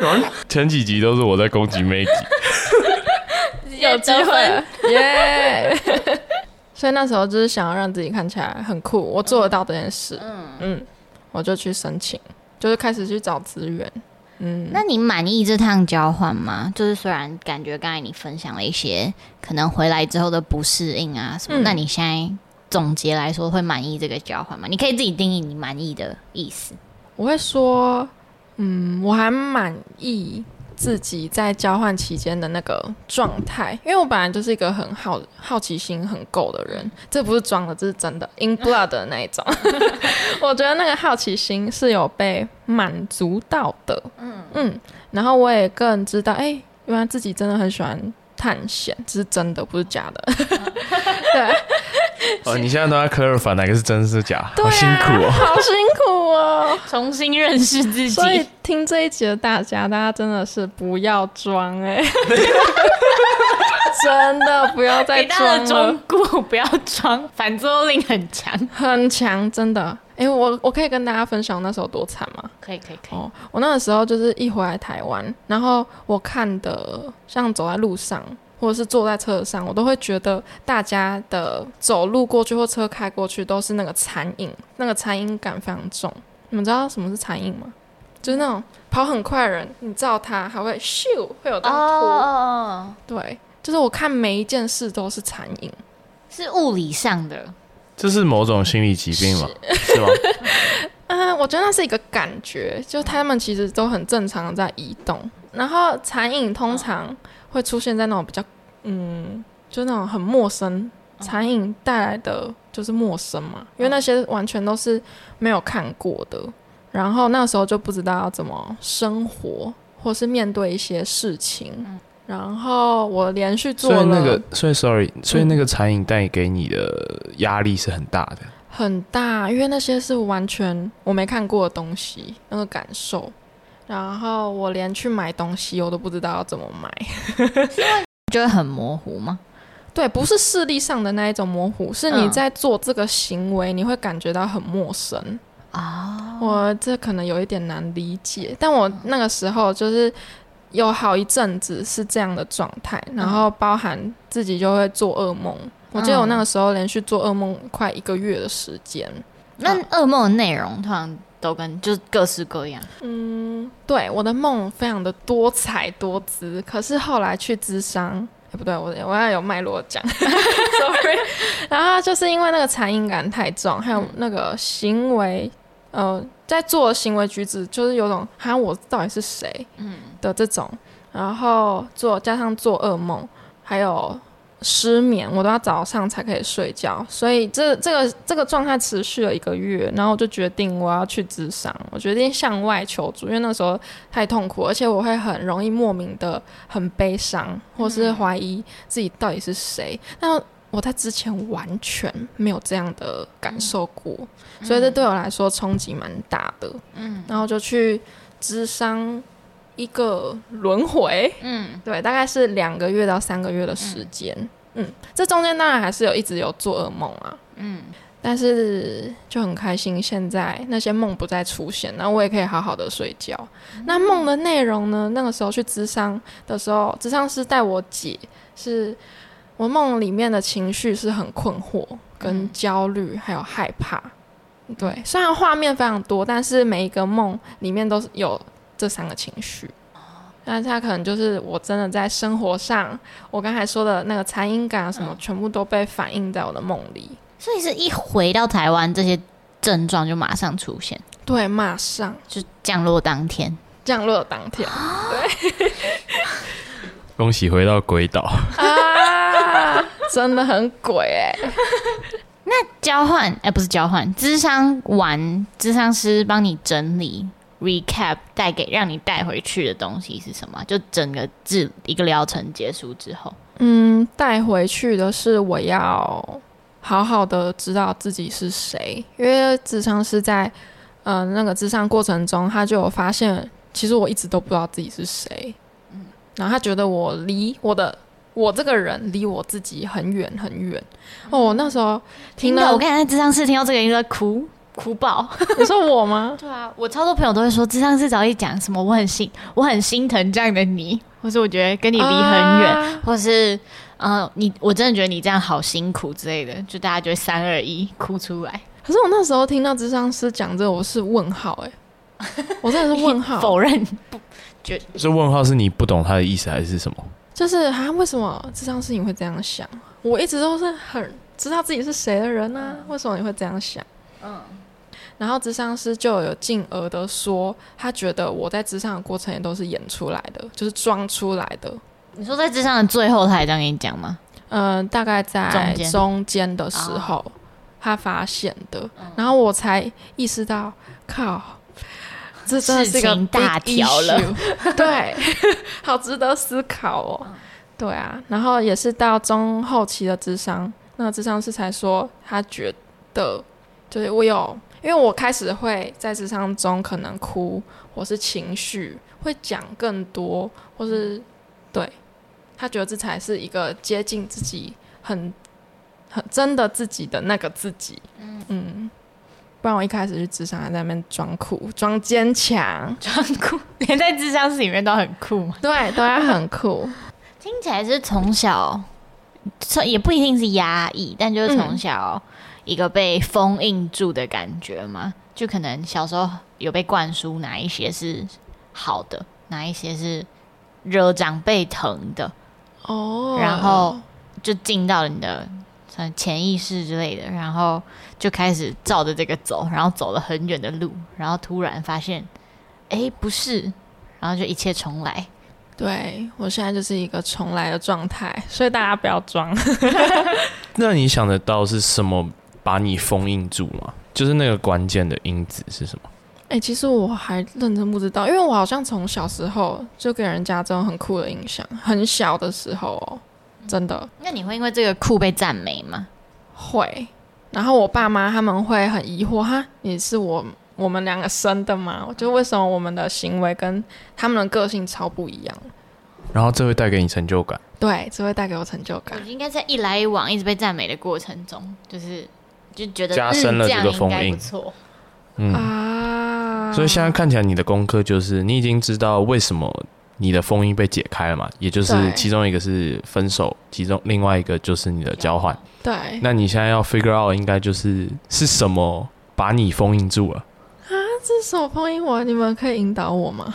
好像前几集都是我在攻击 Maggie，有机 会。耶！ 所以那时候就是想要让自己看起来很酷，我做得到这件事。嗯我就去申请，就是开始去找资源。嗯，那你满意这趟交换吗？就是虽然感觉刚才你分享了一些可能回来之后的不适应啊什么，嗯那你现在总结来说会满意这个交换吗？你可以自己定义你满意的意思。我会说，嗯，我还满意自己在交换期间的那个状态，因为我本来就是一个很好好奇心很够的人，这不是装的，这是真的，in blood 的那一种。我觉得那个好奇心是有被满足到的，嗯嗯，然后我也更知道，哎、原来自己真的很喜欢探险，这是真的，不是假的。对。哦，你现在都在 clarify 哪个是真是假，对好啊辛苦哦。好辛苦哦！重新认识自所以听这一集的大家，大家真的是不要装哎、真的不要再装了，固不要装，反作用力很强。很强，真的。哎、我我可以跟大家分享我那时候多惨吗？ 可以可以可以，哦，我那个时候就是一回来台湾，然后我看的像走在路上。或者是坐在车上，我都会觉得大家的走路过去或车开过去都是那个残影，那个残影感非常重。你们知道什么是残影吗？就是那种跑很快的人，你照他还会咻，会有张图。哦，对，就是我看每一件事都是残影。是物理上的，这是某种心理疾病吗？是吗？嗯，我觉得那是一个感觉，就他们其实都很正常的在移动，然后残影通常会出现在那种比较，嗯，就那种很陌生，残影带来的就是陌生嘛，因为那些完全都是没有看过的，然后那时候就不知道要怎么生活，或是面对一些事情，然后我连续做所以了那个，所以 sorry，所以那个残影带给你的压力是很大的。很大，因为那些是完全我没看过的东西，那个感受。然后我连去买东西我都不知道要怎么买，就会很模糊吗？对，不是视力上的那一种模糊，是你嗯在做这个行为，你会感觉到很陌生。啊、我这可能有一点难理解，但我那个时候就是有好一阵子是这样的状态，然后包含自己就会做噩梦。我记得我那个时候连续做噩梦快一个月的时间，那噩梦的内容通常都跟就是各式各样，嗯，对，我的梦非常的多彩多姿，可是后来去咨商，哎不对，我我要有脉络讲 ，sorry。然后就是因为那个残影感太重，还有那个行为，呃，在做的行为举止，就是有种哈我到底是谁，嗯的这种，然后做加上做噩梦，还有失眠，我都要早上才可以睡觉，所以这这个这个状态持续了一个月，然后我就决定我要去智商，我决定向外求助，因为那时候太痛苦，而且我会很容易莫名的很悲伤，或是怀疑自己到底是谁。那、我在之前完全没有这样的感受过，所以这对我来说冲击蛮大的。嗯，然后就去智商一个轮回，嗯，对，大概是两个月到三个月的时间。嗯这中间当然还是有一直有做噩梦啊，嗯，但是就很开心，现在那些梦不再出现，那我也可以好好的睡觉。那梦的内容呢？那个时候去咨商的时候，咨商师带我解是我梦里面的情绪是很困惑、跟焦虑，还有害怕。对，虽然画面非常多，但是每一个梦里面都是有这三个情绪。那它可能就是我真的在生活上，我刚才说的那个残影感啊什么，全部都被反映在我的梦里。所以是一回到台湾，这些症状就马上出现，对，马上就降落当天。降落的当 天啊恭喜回到鬼岛。啊，真的很鬼哎、交换，哎、不是交换，智商完，智商师帮你整理 recap，带给让你带回去的东西是什么啊？就整个治一个疗程结束之后，嗯，带回去的是我要好好的知道自己是谁，因为智商是在呃那个智商过程中，他就有发现，其实我一直都不知道自己是谁。嗯然后他觉得我离我的我这个人离我自己很远很远。哦，我那时候听听到到我刚才在智商室听到这个，应该哭哭爆。你说我吗？对啊，我超多朋友都会说，智商师只要一讲什么，我很心我很心疼这样的你，或是我觉得跟你离很远，啊或是呃，你我真的觉得你这样好辛苦之类的，就大家就会三二一哭出来，可是我那时候听到智商师讲这个，我是问号 哎、我真的是问号，否认这问号是你不懂他的意思还是什么？就是啊，为什么智商师你会这样想？我一直都是很知道自己是谁的人啊，嗯为什么你会这样想？嗯，然后智商师就有进而的说，他觉得我在智商的过程也都是演出来的，就是装出来的。你说在智商的最后，他也这样跟你讲吗？ 嗯、大概在中间哦中间的时候，他发现的，嗯然后我才意识到，靠，这真的是一事个情大 big 条了 issue 对，好值得思考哦。嗯对啊，然后也是到中后期的智商，那个智商师才说，他觉得就是我有，因为我开始会在智商中可能哭，或是情绪会讲更多，或是嗯对他觉得这才是一个接近自己很很真的自己的那个自己。嗯不然我一开始去智商还在那边装酷、装坚强，装酷，连在智商室里面都很酷嘛。对，都要很酷。听起来是从小，这也不一定是压抑，但就是从小一个被封印住的感觉嘛。就可能小时候有被灌输哪一些是好的，哪一些是惹长辈疼的，哦然后就进到你的呃潜意识之类的，然后就开始照着这个走，然后走了很远的路，然后突然发现，哎，不是，然后就一切重来。对我现在就是一个重来的状态，所以大家不要装。那你想得到是什么把你封印住吗？就是那个关键的因子是什么？哎、其实我还认真不知道，因为我好像从小时候就给人家这种很酷的印象，很小的时候哦，真的那你会因为这个酷被赞美吗？会。然后我爸妈他们会很疑惑，哈，你是我我们两个生的吗？就为什么我们的行为跟他们的个性超不一样？然后这会带给你成就感。对，这会带给我成就我感觉。得应该在一来一往一直被赞美的过程中，就是就觉得加深了嗯、这这样个应封印该不错。嗯，啊！所以现在看起来你的功课就是你已经知道为什么你的封印被解开了嘛，也就是对其中一个是分手，其中另外一个就是你的交换。对，那你现在要 figure out 应该就是是什么把你封印住了？这首封印我，你们可以引导我吗？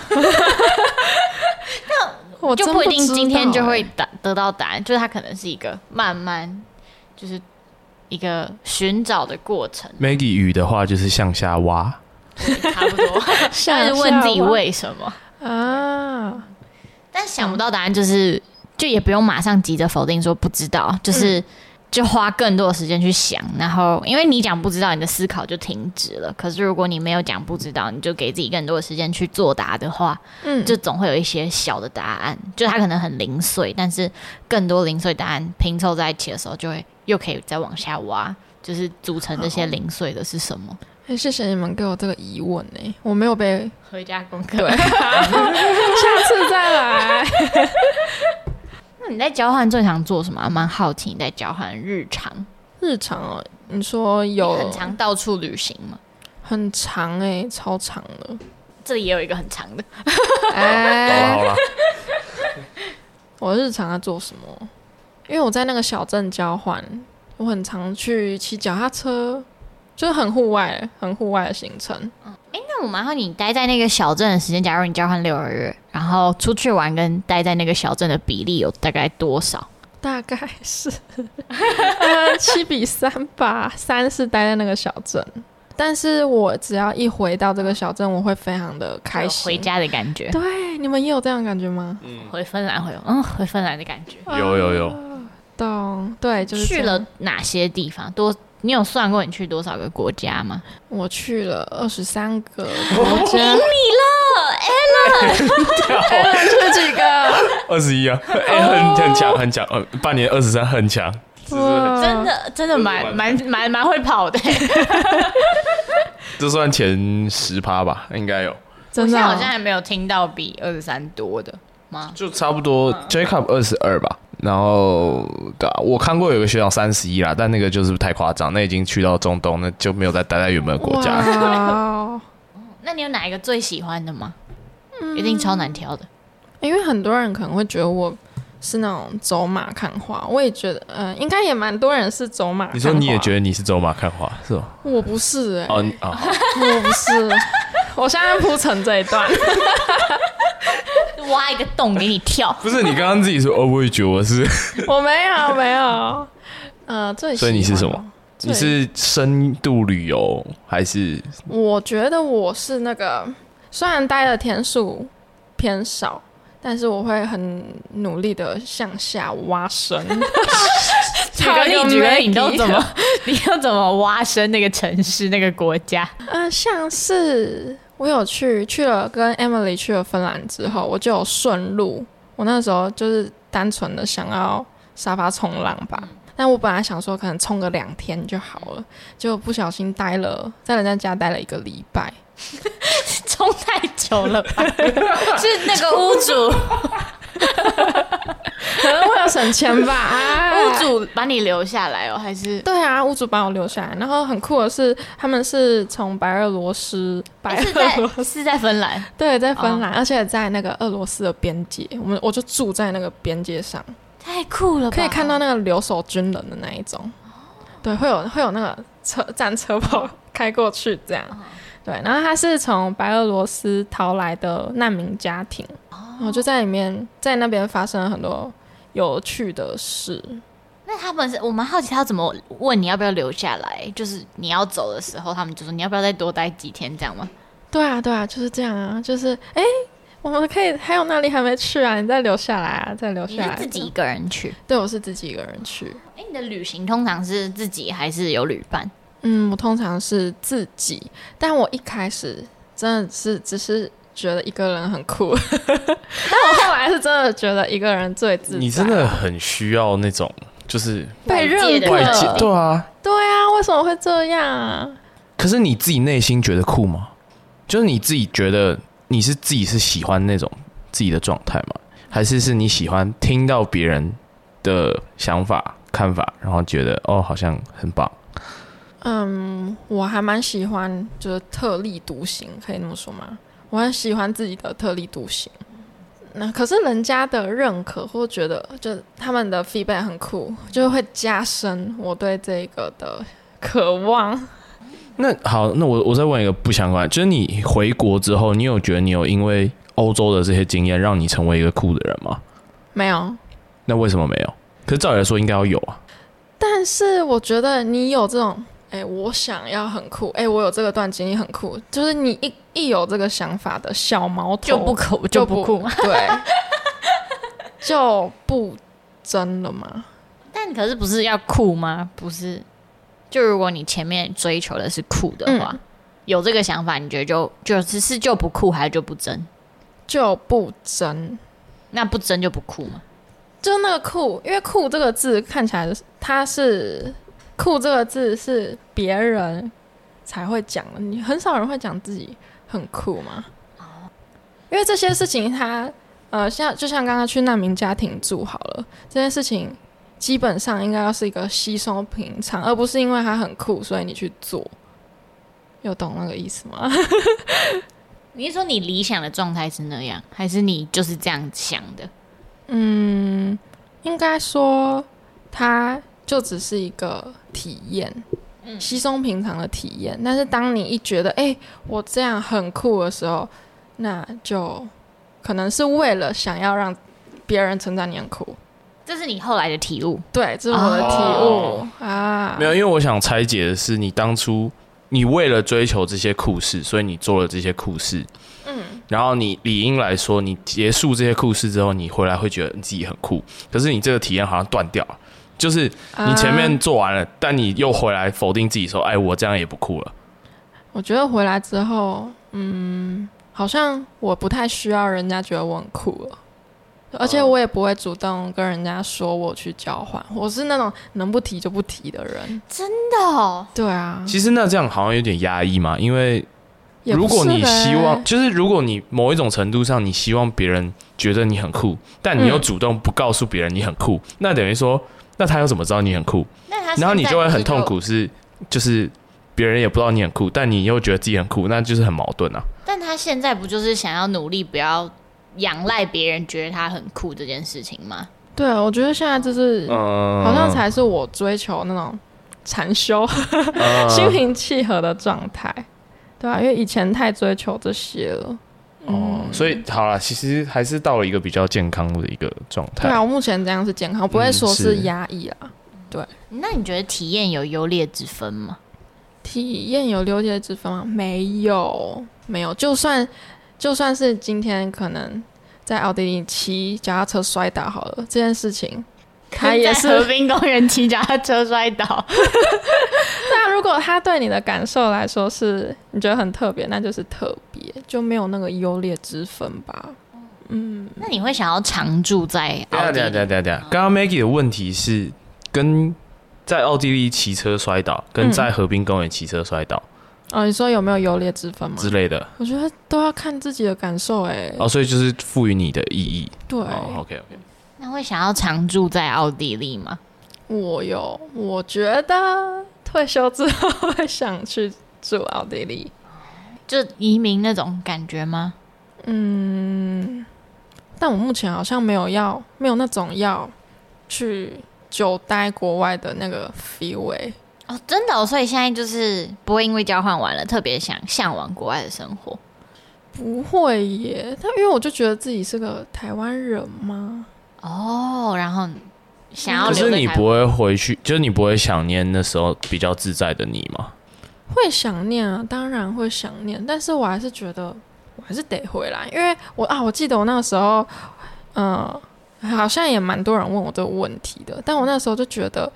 我就真不一定知道今天就会欸答得到答案，就是它可能是一个慢慢，就是一个寻找的过程， Maggie 语的话就是向下挖， 对差不多。下但是下问自己吗为什么，啊，但想不到答案就是，就也不用马上急着否定说不知道，就是、就花更多的时间去想。然后，因为你讲不知道，你的思考就停止了。可是如果你没有讲不知道，你就给自己更多的时间去作答的话，嗯，就总会有一些小的答案。就它可能很零碎，但是更多零碎答案拼凑在一起的时候，就会又可以再往下挖。就是组成这些零碎的是什么？哎、谢谢你们给我这个疑问呢、我没 有被，回家功课。对下次再来。 那你在交换最常做什么啊？蛮好奇你在交换日常。日常哦，你说有很常到处旅行嘛，很长哎、超长的。这里也有一个很长的，好了哎，好了， 我日常在做什么？因为我在那个小镇交换，我很常去骑脚踏车，就是很户外、很户外的行程。那我蛮好奇你待在那个小镇的时间，假如你交换六个月，然后出去玩跟待在那个小镇的比例有大概多少？大概是呃七比三吧，三是待在那个小镇，但是我只要一回到这个小镇，我会非常的开心。有回，家的感觉，对，你们也有这样的感觉吗？回芬兰会有，嗯，回芬兰的感觉。嗯有有有，懂，对，就是这去样了。哪些地方？多，你有算过你去多少个国家 吗？我去了二十三个国 家，了，哎、这几个，二十一啊，哎，很很强很强，呃，半年二十三很强，是不是很？真的真的蛮蛮蛮蛮会跑 的、啊这算前十趴吧，应该有，我真现的在哦、好像还没有听到比二十三多的吗？就差不多 Jacob 二十二吧。然后对啊，我看过有个学长三十一啦，但那个就是太夸张，那已经去到中东，那就没有再待在原本的国家了。哇哦那你有哪一个最喜欢的吗？一定超难挑的。因为很多人可能会觉得我是那种走马看花，我也觉得，呃，应该也蛮多人是走马看花。你说你也觉得你是走马看花是吗？我不是哎、哦你哦，好。我不是，我现在铺陈这一段。挖一个洞给你 跳不是你刚刚自己说哦，我也觉得我是，我没有没有，呃，最喜欢所以你是什么？最你是深度旅游还是我觉得我是那个，虽然待的天数偏少，但是我会很努力的向下挖深。举个超例，有举个魅例，你都力怎么， 你都怎么挖深那个城市、那个国家？呃，像是我有去去了跟 Emily 去了芬兰之后，我就有顺路。我那时候就是单纯的想要沙发冲浪吧，嗯但我本来想说可能冲个两天就好了，结果不小心待了在人家家待了一个礼拜。 冲太久了吧？ 是那个屋 主，可能为了省钱吧。 啊屋主把你留下来哦，还是？对啊，屋主把我留下来。然后很酷的是，他们是从白俄罗斯，白是俄 在罗斯哦是在芬兰，对，在芬兰，而且在那个俄罗斯的边界，我们我就住在那个边界上，太酷了吧！可以看到那个留守军人的那一种。对，会有会有那个车战车跑开过去这样。对，然后他是从白俄罗斯逃来的难民家庭，然后就在里面在那边发生了很多有趣的事。那他们是我蛮好奇，他怎么问你要不要留下来？就是你要走的时候，他们就说你要不要再多待几天，这样吗？对啊，对啊，就是这样啊，就是哎、诶我们可以还有那里还没去啊，你再留下来啊，再留你下是来。自己一个人去？对，我是自己一个人去。哎，你的旅行通常是自己还是有旅伴？嗯，我通常是自己，但我一开始真的是只是觉得一个人很酷， 但我后来是真的觉得一个人最自在。啊你真的很需要那种就是被认外界的可外肯界定对啊，对啊，为什么会这样啊？可是你自己内心觉得酷吗？就是你自己觉得你是自己是喜欢那种自己的状态吗？还是是你喜欢听到别人的想法、看法，然后觉得哦，好像很棒？嗯，我还蛮喜欢，就是特立独行，可以那么说吗？我很喜欢自己的特立独行。那可是人家的认可或觉得，就是他们的 feedback 很酷，就会加深我对这个的渴望。那好，那我我再问一个不相关，就是你回国之后，你有觉得你有因为欧洲的这些经验让你成为一个酷的人吗？没有，那为什么没有？可是照理来说应该要有啊。但是我觉得你有这种，哎、我想要很酷，哎、我有这个段经历很酷，就是你一一有这个想法的小毛头就不可就就不酷吗？对， 就不争了吗？但可是不是要酷吗？不是，就如果你前面追求的是酷的话，嗯有这个想法，你觉得就就是是就不酷还是就不争？就不争，那不争就不酷嘛？就那个酷，因为酷这个字看起来它是酷这个字是别人才会讲的，你很少人会讲自己很酷嘛。因为这些事情它呃，像就像刚刚去难民家庭住好了，这件事情基本上应该要是一个稀松平常，而不是因为它很酷所以你去做。有懂那个意思吗？你是说你理想的状态是那样，还是你就是这样想的？嗯，应该说它就只是一个体验，稀松平常的体验。但是当你一觉得，哎、我这样很酷的时候，那就可能是为了想要让别人称赞你很酷。这是你后来的体悟。对，这是我的体悟、哦啊。没有，因为我想拆解的是，你当初你为了追求这些酷事，所以你做了这些酷事。嗯，然后你理应来说，你结束这些酷事之后，你回来会觉得你自己很酷，可是你这个体验好像断掉了，就是你前面啊做完了，但你又回来否定自己说，哎，我这样也不酷嗯了。我觉得回来之后，嗯，好像我不太需要人家觉得我很酷了，而哦且我也不会主动跟人家说我去交换，我是那种能不提就不提的人。真的哦，对啊，其实那这样好像有点压抑嘛，因为也不如果是你嘞希望，就是如果你某一种程度上，你希望别人觉得你很酷，但嗯你又主动不告诉别人你很酷，那等于说，那他又怎么知道你很酷？那他然后你现在就会很是痛苦是，就是别人也不知道你很酷，但你又觉得自己很酷，那就是很矛盾啊。但他现在不就是想要努力，不要仰赖别人觉得他很酷这件事情吗？对啊，我觉得现在就是、嗯，好像才是我追求那种禅修、嗯 心平气和的状态。对啊，因为以前太追求这些了。哦，所以好了，其实还是到了一个比较健康的一个状态。对啊，我目前这样是健康，我不会嗯说是是压抑啊。那你觉得体验有优劣之分吗？体验有留解之分吗？没有，没有。就算就算是今天可能在奥地利骑脚踏车摔倒好了，这件事情，他也是在河滨公园骑脚踏车摔倒，那如果他对你的感受来说是你觉得很特别，那就是特别，就没有那个优劣之分吧。嗯，那你会想要常住在等一奥下地等一下等一下利？等一下，啊刚刚 Maggie 的问题是跟在奥地利骑车摔倒，跟嗯在河滨公园骑车摔倒哦，你说有没有优劣之分吗？之类的。我觉得都要看自己的感受、哎、哦，所以就是赋予你的意义。对，哦，OK OK，那会想要常住在奥地利吗？我有，我觉得退休之后会想去住奥地利。就移民那种感觉吗？嗯，但我目前好像没有要，没有那种要去久待国外的那个 feel 哎、哦，真的、哦，所以现在就是不会因为交换完了特别想向往国外的生活。不会耶。但因为我就觉得自己是个台湾人嘛，哦，然后想要可留是在你台湾不会回去，就是你不会想念那时候比较自在的你吗？会想念啊，当然会想念，但是我还是觉得我还是得回来，因为我啊，我记得我那个时候，嗯、好像也蛮多人问我这个问题的，但我那时候就觉得，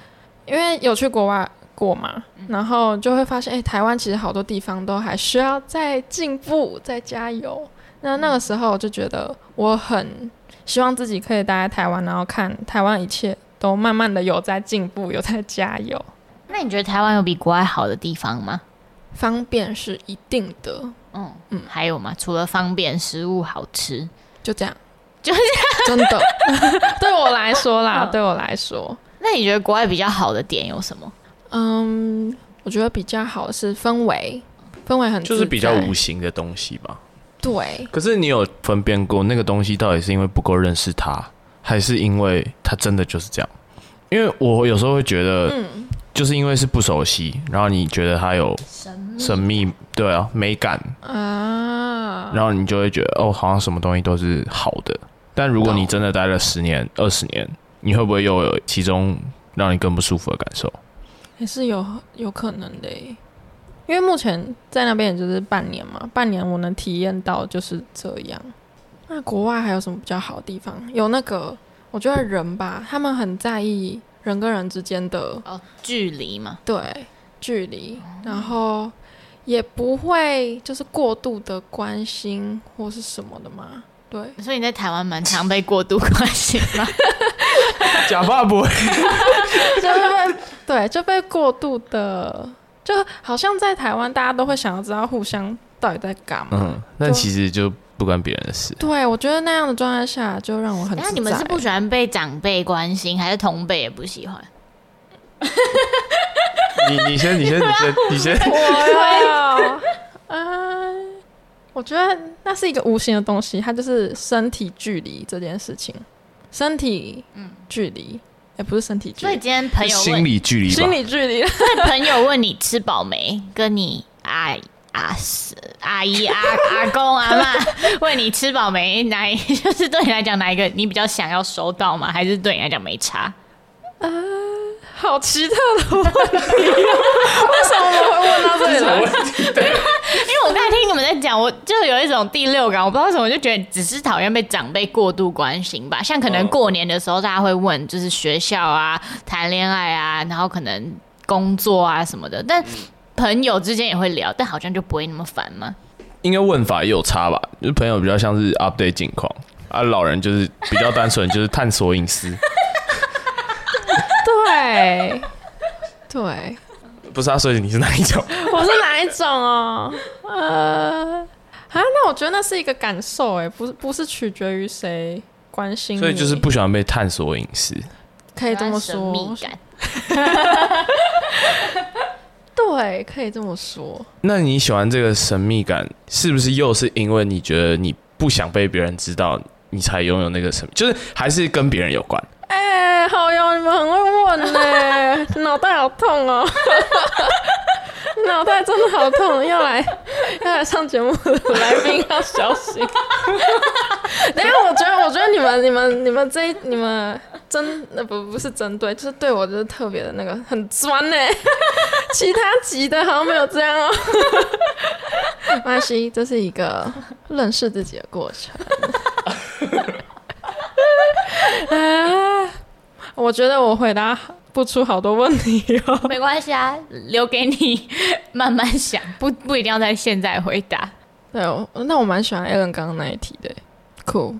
因为有去国外过嘛，然后就会发现，哎、台湾其实好多地方都还需要再进步、再加油。那那个时候我就觉得我很希望自己可以待在台湾，然后看台湾一切都慢慢的有在进步，有在加油。那你觉得台湾有比国外好的地方吗？方便是一定的，嗯嗯，还有吗？除了方便、食物好吃，就这样，就这样，真的， 对我来说啦，嗯对我来说，那你觉得国外比较好的点有什么？嗯，我觉得比较好的是氛围，氛围很就是比较无形，形的东西吧。对，可是你有分辨过那个东西到底是因为不够认识它，还是因为它真的就是这样？因为我有时候会觉得，嗯，就是因为是不熟悉，然后你觉得它有神秘神秘，对啊，美感，啊，然后你就会觉得哦，好像什么东西都是好的。但如果你真的待了十年、二十年，你会不会又有其中让你更不舒服的感受？还是有有可能的耶，因为目前在那边也就是半年嘛，半年我能体验到就是这样。那国外还有什么比较好的地方？有那个我觉得人吧，他们很在意人跟人之间的哦，距离嘛，对距离，哦然后也不会就是过度的关心或是什么的嘛。对， 所以你在台湾蛮常被过度关心嘛，假发不会，就被对就被过度的，就好像在台湾大家都会想要知道互相到底在干嘛。嗯，但其实就不关别人的事。对，我觉得那样的状态下就让我很自那在。你们 是不喜欢被长辈关心，还是同辈也不喜欢？你你先你先你先 你先，我要，啊，我觉得那是一个无形的东西，它就是身体距离这件事情，身体距离，哎、不是身体距嗯所以离，今天朋友心问，理距离吧心。理距离。所以朋友问 你吃饱没，跟你阿姨阿是阿姨阿阿公阿 嬷问你吃饱没，哪一 就是对你来讲哪一个你比较想要收到吗？还是对你来讲没差？好奇特的问题、啊，为什么我会问到这 里来？因为我刚才听你们在讲，我就有一种第六感，我不知道为什么，我就觉得只是讨厌被长辈过度关心吧。像可能过年的时候，大家会问就是学校啊、谈恋爱啊，然后可能工作啊什么的，但朋友之间也会聊，但好像就不会那么烦嘛。应该问法也有差吧？就是朋友比较像是 update 近况，啊，老人就是比较单纯，就是探索隐私。 对，对，不是啊，所以你是哪一种？我是哪一种哦？呃，啊，那我觉得那是一个感受、哎，不是，不是取决于谁关心你，所以就是不喜欢被探索隐私。可以这么神说，秘 感。对，可以这么说。那你喜欢这个神秘感，是不是又是因为你觉得你不想被别人知道，你才拥有那个神秘？就是还是跟别人有关？哎、好友，你们很会问呢、 脑袋好痛哦， 脑袋真的好痛，要来 要来上节目的来宾要小心。 等一下，我觉得，我觉得你们、你们、你们这一、你们针呃不不是针对，就是对我就是特别的那个很钻呢、 其他集的好像没有这样哦。 没关系，这是一个认识自己的过程。 啊，我觉得我回答不出好多问题哦。没关系啊，留给你慢慢想，不不一定要在现在回答。对，我那我蛮喜欢 Alan 刚刚那一题的，酷，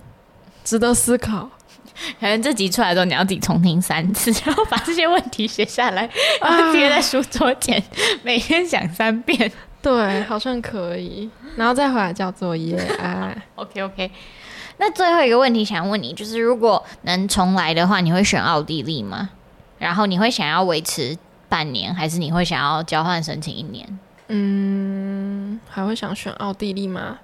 值得思考。 可能这集出来之后，你要自己重听三次，然后把这些问题写下来，然后贴在书桌前，每天想三遍。对，好像可以，然后再回来交作业啊。 OK OK。那最后一个问题想问你，就是如果能重来的话，你会选奥地利吗？然后你会想要维持半年，还是你会想要交换申请一年？嗯，还会想选奥地利吗？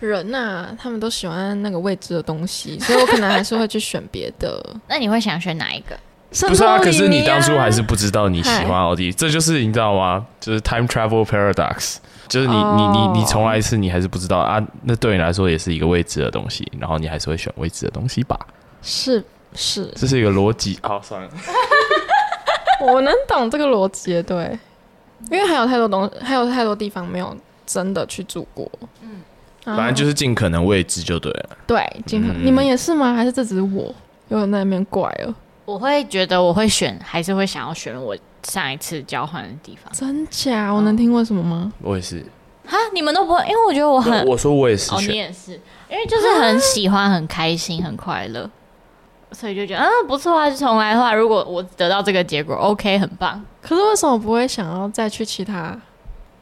人呐、他们都喜欢那个未知的东西，所以我可能还是会去选别的。那你会想选哪一个？ 不是啊，可是圣托里你尼当初还是不知道你喜嗨欢奥地利，这就是你知道吗？就是 time travel paradox，就是你、哦你你你重来一次，你还是不知道啊。那对你来说也是一个未知的东西，然后你还是会选未知的东西吧？啊是是，这是一个逻辑。好，算了，我能懂这个逻辑，对，因为还有太多东，还有太多地方没有真的去住过。嗯，反正就是尽可能未知就对了。对，尽可嗯能。你们也是吗？还是这只是我有人在那边怪哦？我会觉得我会选，还是会想要选我上一次交换的地方真假？我能听为什么吗？我也 是，哈，你们都不会，因为我觉得我很我说我也是哦，你选，也是，因为就是很喜欢、很开心、很快乐，所以就觉得嗯不错啊。就重来的话，如果我得到这个结果，OK，很棒。可是为什么不会想要再去其他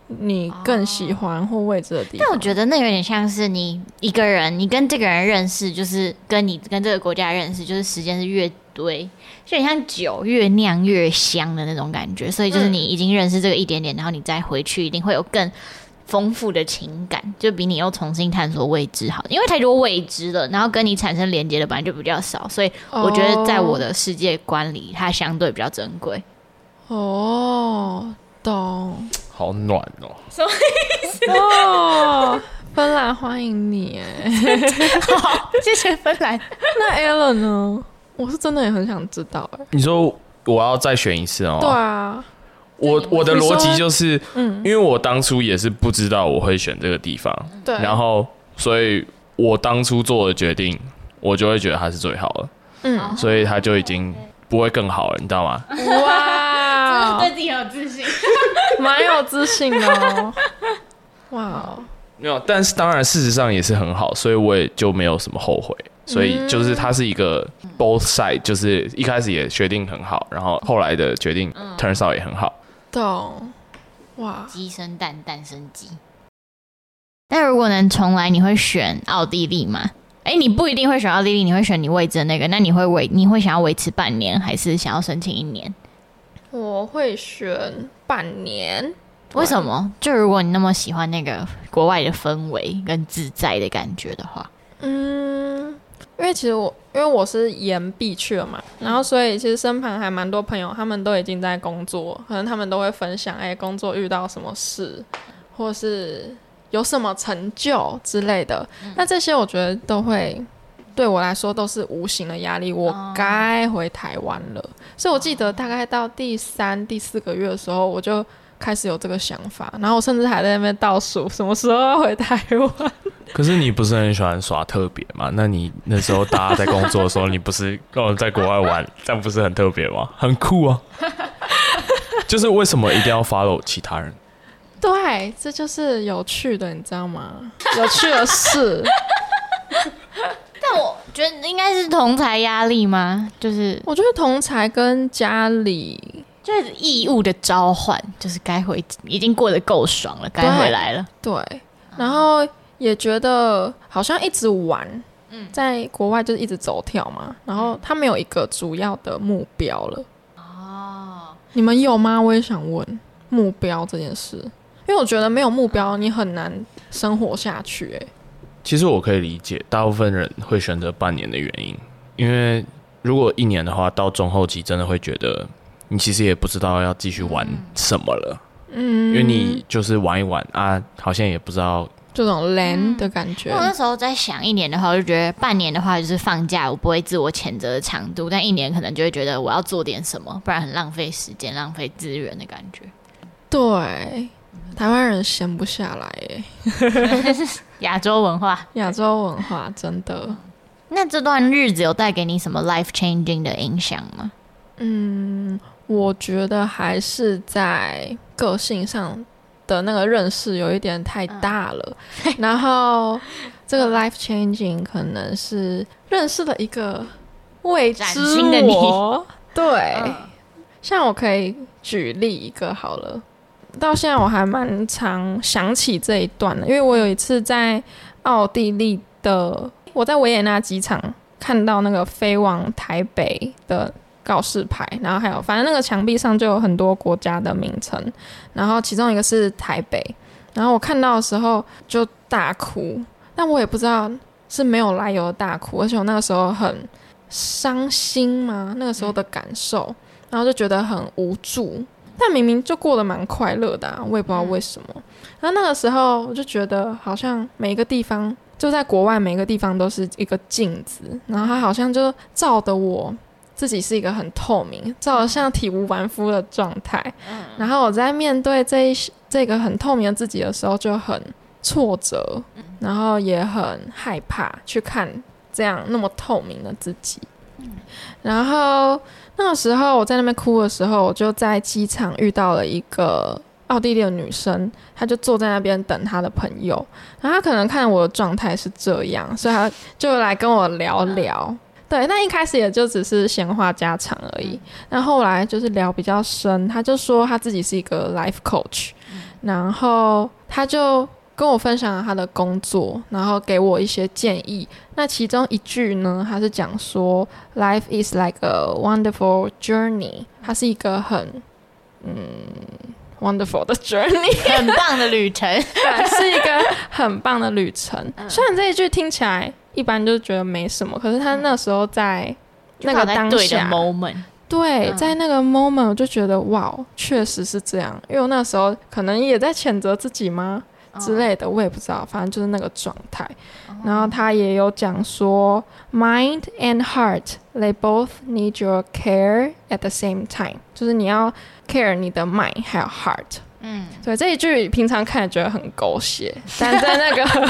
你更喜欢或未知的地但我方？觉得那有点像是你一个人，你跟这个人认识，就是跟你跟这个国家认识，就是时间是越堆，就很像酒越酿越香的那种感觉。所以就是你已经认识这个一点点，然后你再回去，一定会有更。丰富的情感，就比你又重新探索未知好，因为太多未知了，然后跟你产生连接的本来就比较少，所以我觉得在我的世界观里，它相对比较珍贵。哦， 懂好暖哦。哦。芬兰欢迎你哎， 谢谢芬兰。 那 Alan 呢？我是真的也很想知道哎。你说我要再选一次哦？对啊，我我的你说逻辑就是，嗯因，为我当初也是不知道我会选这个地方，对。然后，所以我当初做的决定，我就会觉得它是最好的。嗯，所以他就已经不会更好了，你知道吗？真的 哇对，自己很有自信。蛮有自信的 哦，哇哦，没有，但是当然事实上也是很好，所以我也就没有什么后悔。所以就是它是一个 both side，就是一开始也决定很好，然后后来的决定 turns out 也很好。懂，哇，鸡生蛋，蛋生鸡。但如果能重来，你会选奥地利吗？哎，你不一定会选奥地利，你会选你未知的那个。那你会维，你会想要维持半年，还是想要申请一年？我会选半年，为什么？就如果你那么喜欢那个国外的氛围跟自在的感觉的话，嗯，因为其实我因为我是延毕去了嘛，然后所以其实身旁还蛮多朋友，他们都已经在工作，可能他们都会分享，哎，工作遇到什么事，或是有什么成就之类的。那这些我觉得都会对我来说都是无形的压力，我哦该回台湾了。所以我记得大概到第三、第四个月的时候，我就。开始有这个想法，然后我甚至还在那边倒数什么时候要回台湾。可是你不是很喜欢耍特别嘛？那你那时候大家在工作的时候，你不是跟我在国外玩，这样不是很特别吗？很酷啊！就是为什么一定要 follow 其他人？对，这就是有趣的，你知道吗？有趣的事，但我觉得应该是同才压力吗？就是我觉得同才跟家里，就是义务的召唤，就是该回已经过得够爽了，该回来了。对，然后也觉得好像一直玩，在国外就是一直走跳嘛，然后他没有一个主要的目标了。哦，你们有吗？我也想问目标这件事，因为我觉得没有目标，你很难生活下去、欸。其实我可以理解大部分人会选择半年的原因，因为如果一年的话，到中后期真的会觉得你其实也不知道要继续玩什么了，嗯，因为你就是玩一玩啊，好像也不知道。这种懒的感觉因为，我那时候在想，一年的话，我就觉得半年的话就是放假，我不会自我谴责的长度；但一年可能就会觉得我要做点什么，不然很浪费时间、浪费资源的感觉，对，台湾人闲不下来、欸， 亚洲文化。亚洲文化真的，那这段日子有带给你什么 life changing 的影响吗？嗯，我觉得还是在个性上的那个认识有一点太大了，嗯然后这 个 life changing 可能是认识了一个未知崭新的你嗯我，对，像我可以举例一个好了，到现在我还蛮常想起这一段的，因为我有一次在奥地利的，我在维也纳机场看到那个飞往台北的告示牌，然后还有反正那个墙壁上就有很多国家的名称，然后其中一个是台北，然后我看到的时候就大哭，但我也不知道是没有来由的大哭，而且我那个时候很伤心嘛，那个时候的感受。然后就觉得很无助。但明明就过得蛮快乐的、啊，我也不知道为什么。然后那个时候我就觉得，好像每一个地方，就在国外每一个地方都是一个镜子，然后它好像就照的我自己是一个很透明，照的像体无完肤的状态。然后我在面对这一些这个很透明的自己的时候，就很挫折，然后也很害怕去看这样那么透明的自己。然后那个时候我在那边哭的时候，我就在机场遇到了一个奥地利的女生，她就坐在那边等她的朋友。然后她可能看我的状态是这样，所以她就来跟我聊聊。对，那一开始也就只是闲话家常而已。那后来就是聊比较深，她就说她自己是一个 life coach，然后她就跟我分享了她的工作，然后给我一些建议。那其中一句呢，她是讲说，Life is like a wonderful journey，它是一个很嗯 wonderful 的 journey，很棒的旅程，是一个很棒的旅程。嗯虽然这一句听起来一般就觉得没什么，可是他那时候在那个就刚好在当对的下， moment，对，嗯在那个 moment 我就觉得哇，确实是这样。因为我那时候可能也在谴责自己吗嗯之类的，我也不知道，反正就是那个状态。然后他也有讲说，mind and heart they both need your care at the same time，就是你要 care 你的 mind 还有 heart。嗯，对这一句，平常看也觉得很狗血，但在那个在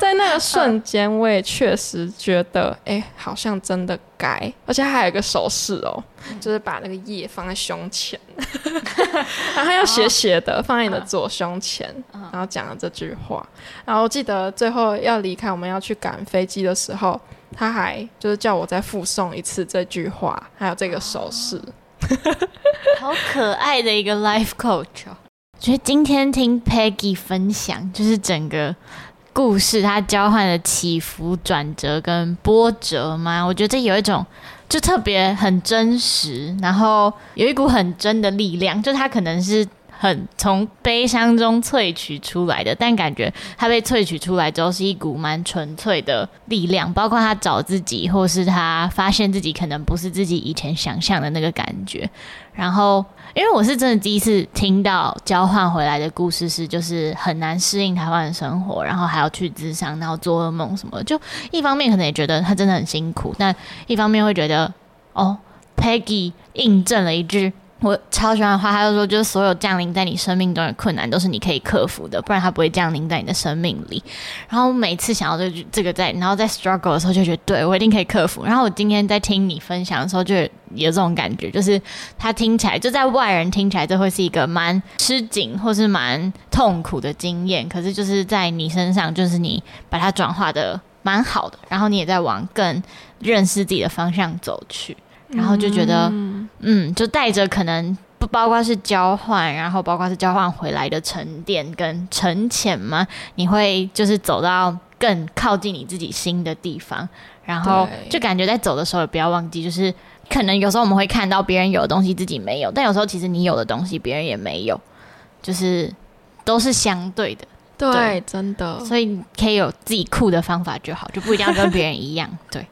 在那个瞬间，我也确实觉得，哎、好像真的该，而且还有一个手势哦，就是把那个叶放在胸前，然后要斜斜的放在你的左胸前，然后讲了这句话。然后我记得最后要离开，我们要去赶飞机的时候，他还就是叫我再附送一次这句话，还有这个手势。 好可爱的一个 life coach 哦！所以今天听 Peggy 分享，就是整个故事它交换的起伏、转折跟波折嘛，我觉得这有一种就特别很真实，然后有一股很真的力量，就它可能是。很从悲伤中萃取出来的，但感觉它被萃取出来之后是一股蛮纯粹的力量，包括他找自己，或是他发现自己可能不是自己以前想象的那个感觉。然后，因为我是真的第一次听到交换回来的故事是，就是很难适应台湾的生活，然后还要去智商，然后做噩梦什么的。就一方面可能也觉得他真的很辛苦，但一方面会觉得，哦，Peggy 印证了一句我超喜欢的话，他就说，就是所有降临在你生命中的困难都是你可以克服的，不然它不会降临在你的生命里。然后我每次想到这句这个在，然后在 struggle 的时候就觉得，对我一定可以克服。然后我今天在听你分享的时候，就有这种感觉，就是它听起来就在外人听起来，这会是一个蛮吃紧或是蛮痛苦的经验，可是就是在你身上，就是你把它转化的蛮好的，然后你也在往更认识自己的方向走去，然后就觉得，嗯就带着可能。不包括是交换，然后包括是交换回来的沉淀跟沉潜嘛，你会就是走到更靠近你自己心的地方，然后对就感觉在走的时候也不要忘记，就是可能有时候我们会看到别人有的东西自己没有，但有时候其实你有的东西别人也没有，就是都是相对的，对，对真的，所以可以有自己酷的方法就好，就不一定要跟别人一样。 对，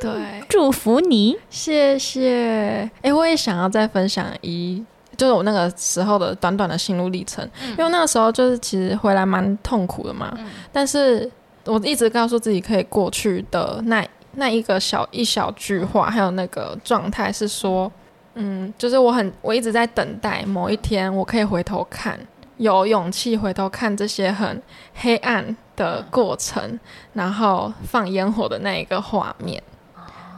对。祝福你。谢谢。哎、我也想要再分享一，就是我那个时候的短短的心路历程，因为那个时候就是其实回来蛮痛苦的嘛，但是我一直告诉自己可以过去的那那一个小一小句话，还有那个状态是说，嗯，就是我很我一直在等待某一天我可以回头看。有勇气回头看这些很黑暗的过程，然后放烟火的那一个画面，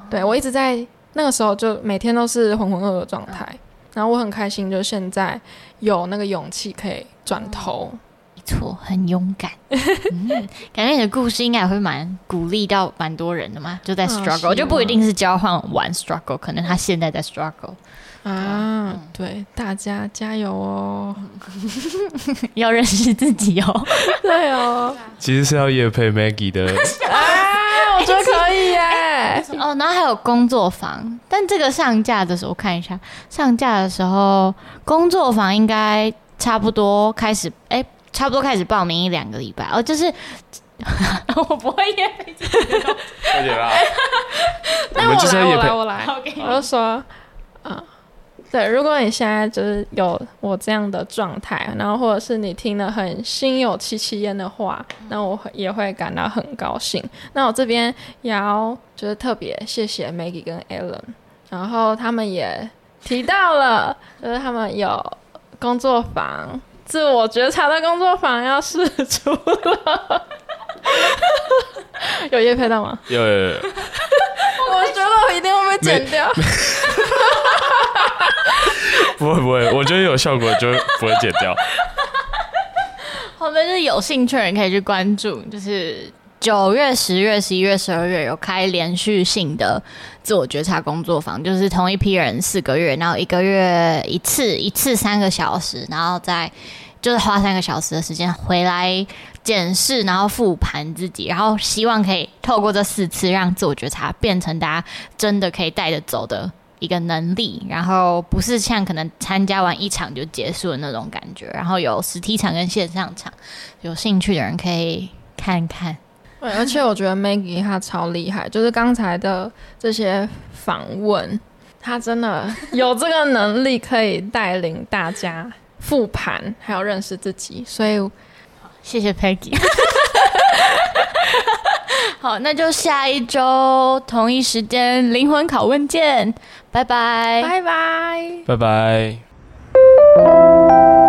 对我一直在那个时候就每天都是浑浑噩噩的状态，然后我很开心，就现在有那个勇气可以转头。没错，很勇 敢。嗯，感觉你的故事应该也会蛮鼓励到蛮多人的嘛，就在嗯 struggle，、希就不一望定是啊交换完 struggle，可能他现在在 struggle。 啊，对，大家加油哦！要认识自己哦。 对哦，其实是要夜配 Maggie 的，啊，我觉得可以 耶。 哦，然后还有工作坊，但这个上架的时候我看一下，上架的时候工作坊应该差不多开始，哎、差不多开始报名一两个礼拜哦，就是 我不会耶。快点 啦！那我们我就是要来，夜我来，配，我来。 OK，我就说，啊，对，如果你现在就是有我这样的状态，然后或者是你听了很心有戚戚焉的话，那我会也会感到很高兴。那我这边也要就是特别谢谢 Maggie 跟 Alan，然后他们也提到了，就是他们有工作坊。自我觉察的工作坊要试出了， 有夜配到吗？有有有，我觉得我一定会被剪掉。不会不会，我觉得有效果就不会剪掉。后面就是有兴趣的人可以去关注，就是九月、十月、十一月、十二月有开连续性的自我觉察工作坊，就是同一批人四个月，然后一个月一次，一次三个小时，然后再就是花三个小时的时间回来检视，然后复盘自己，然后希望可以透过这四次让自我觉察变成大家真的可以带着走的。一个能力，然后不是像可能参加完一场就结束的那种感觉，然后有实体场跟线上场，有兴趣的人可以看看。对，而且我觉得 Maggie 她超厉害，就是刚才的这些访问，她真的有这个能力可以带领大家复盘，还有认识自己。所以谢谢 Peggy。好，那就下一周同一时间灵魂拷问见，拜拜。拜拜。 拜拜。 Thank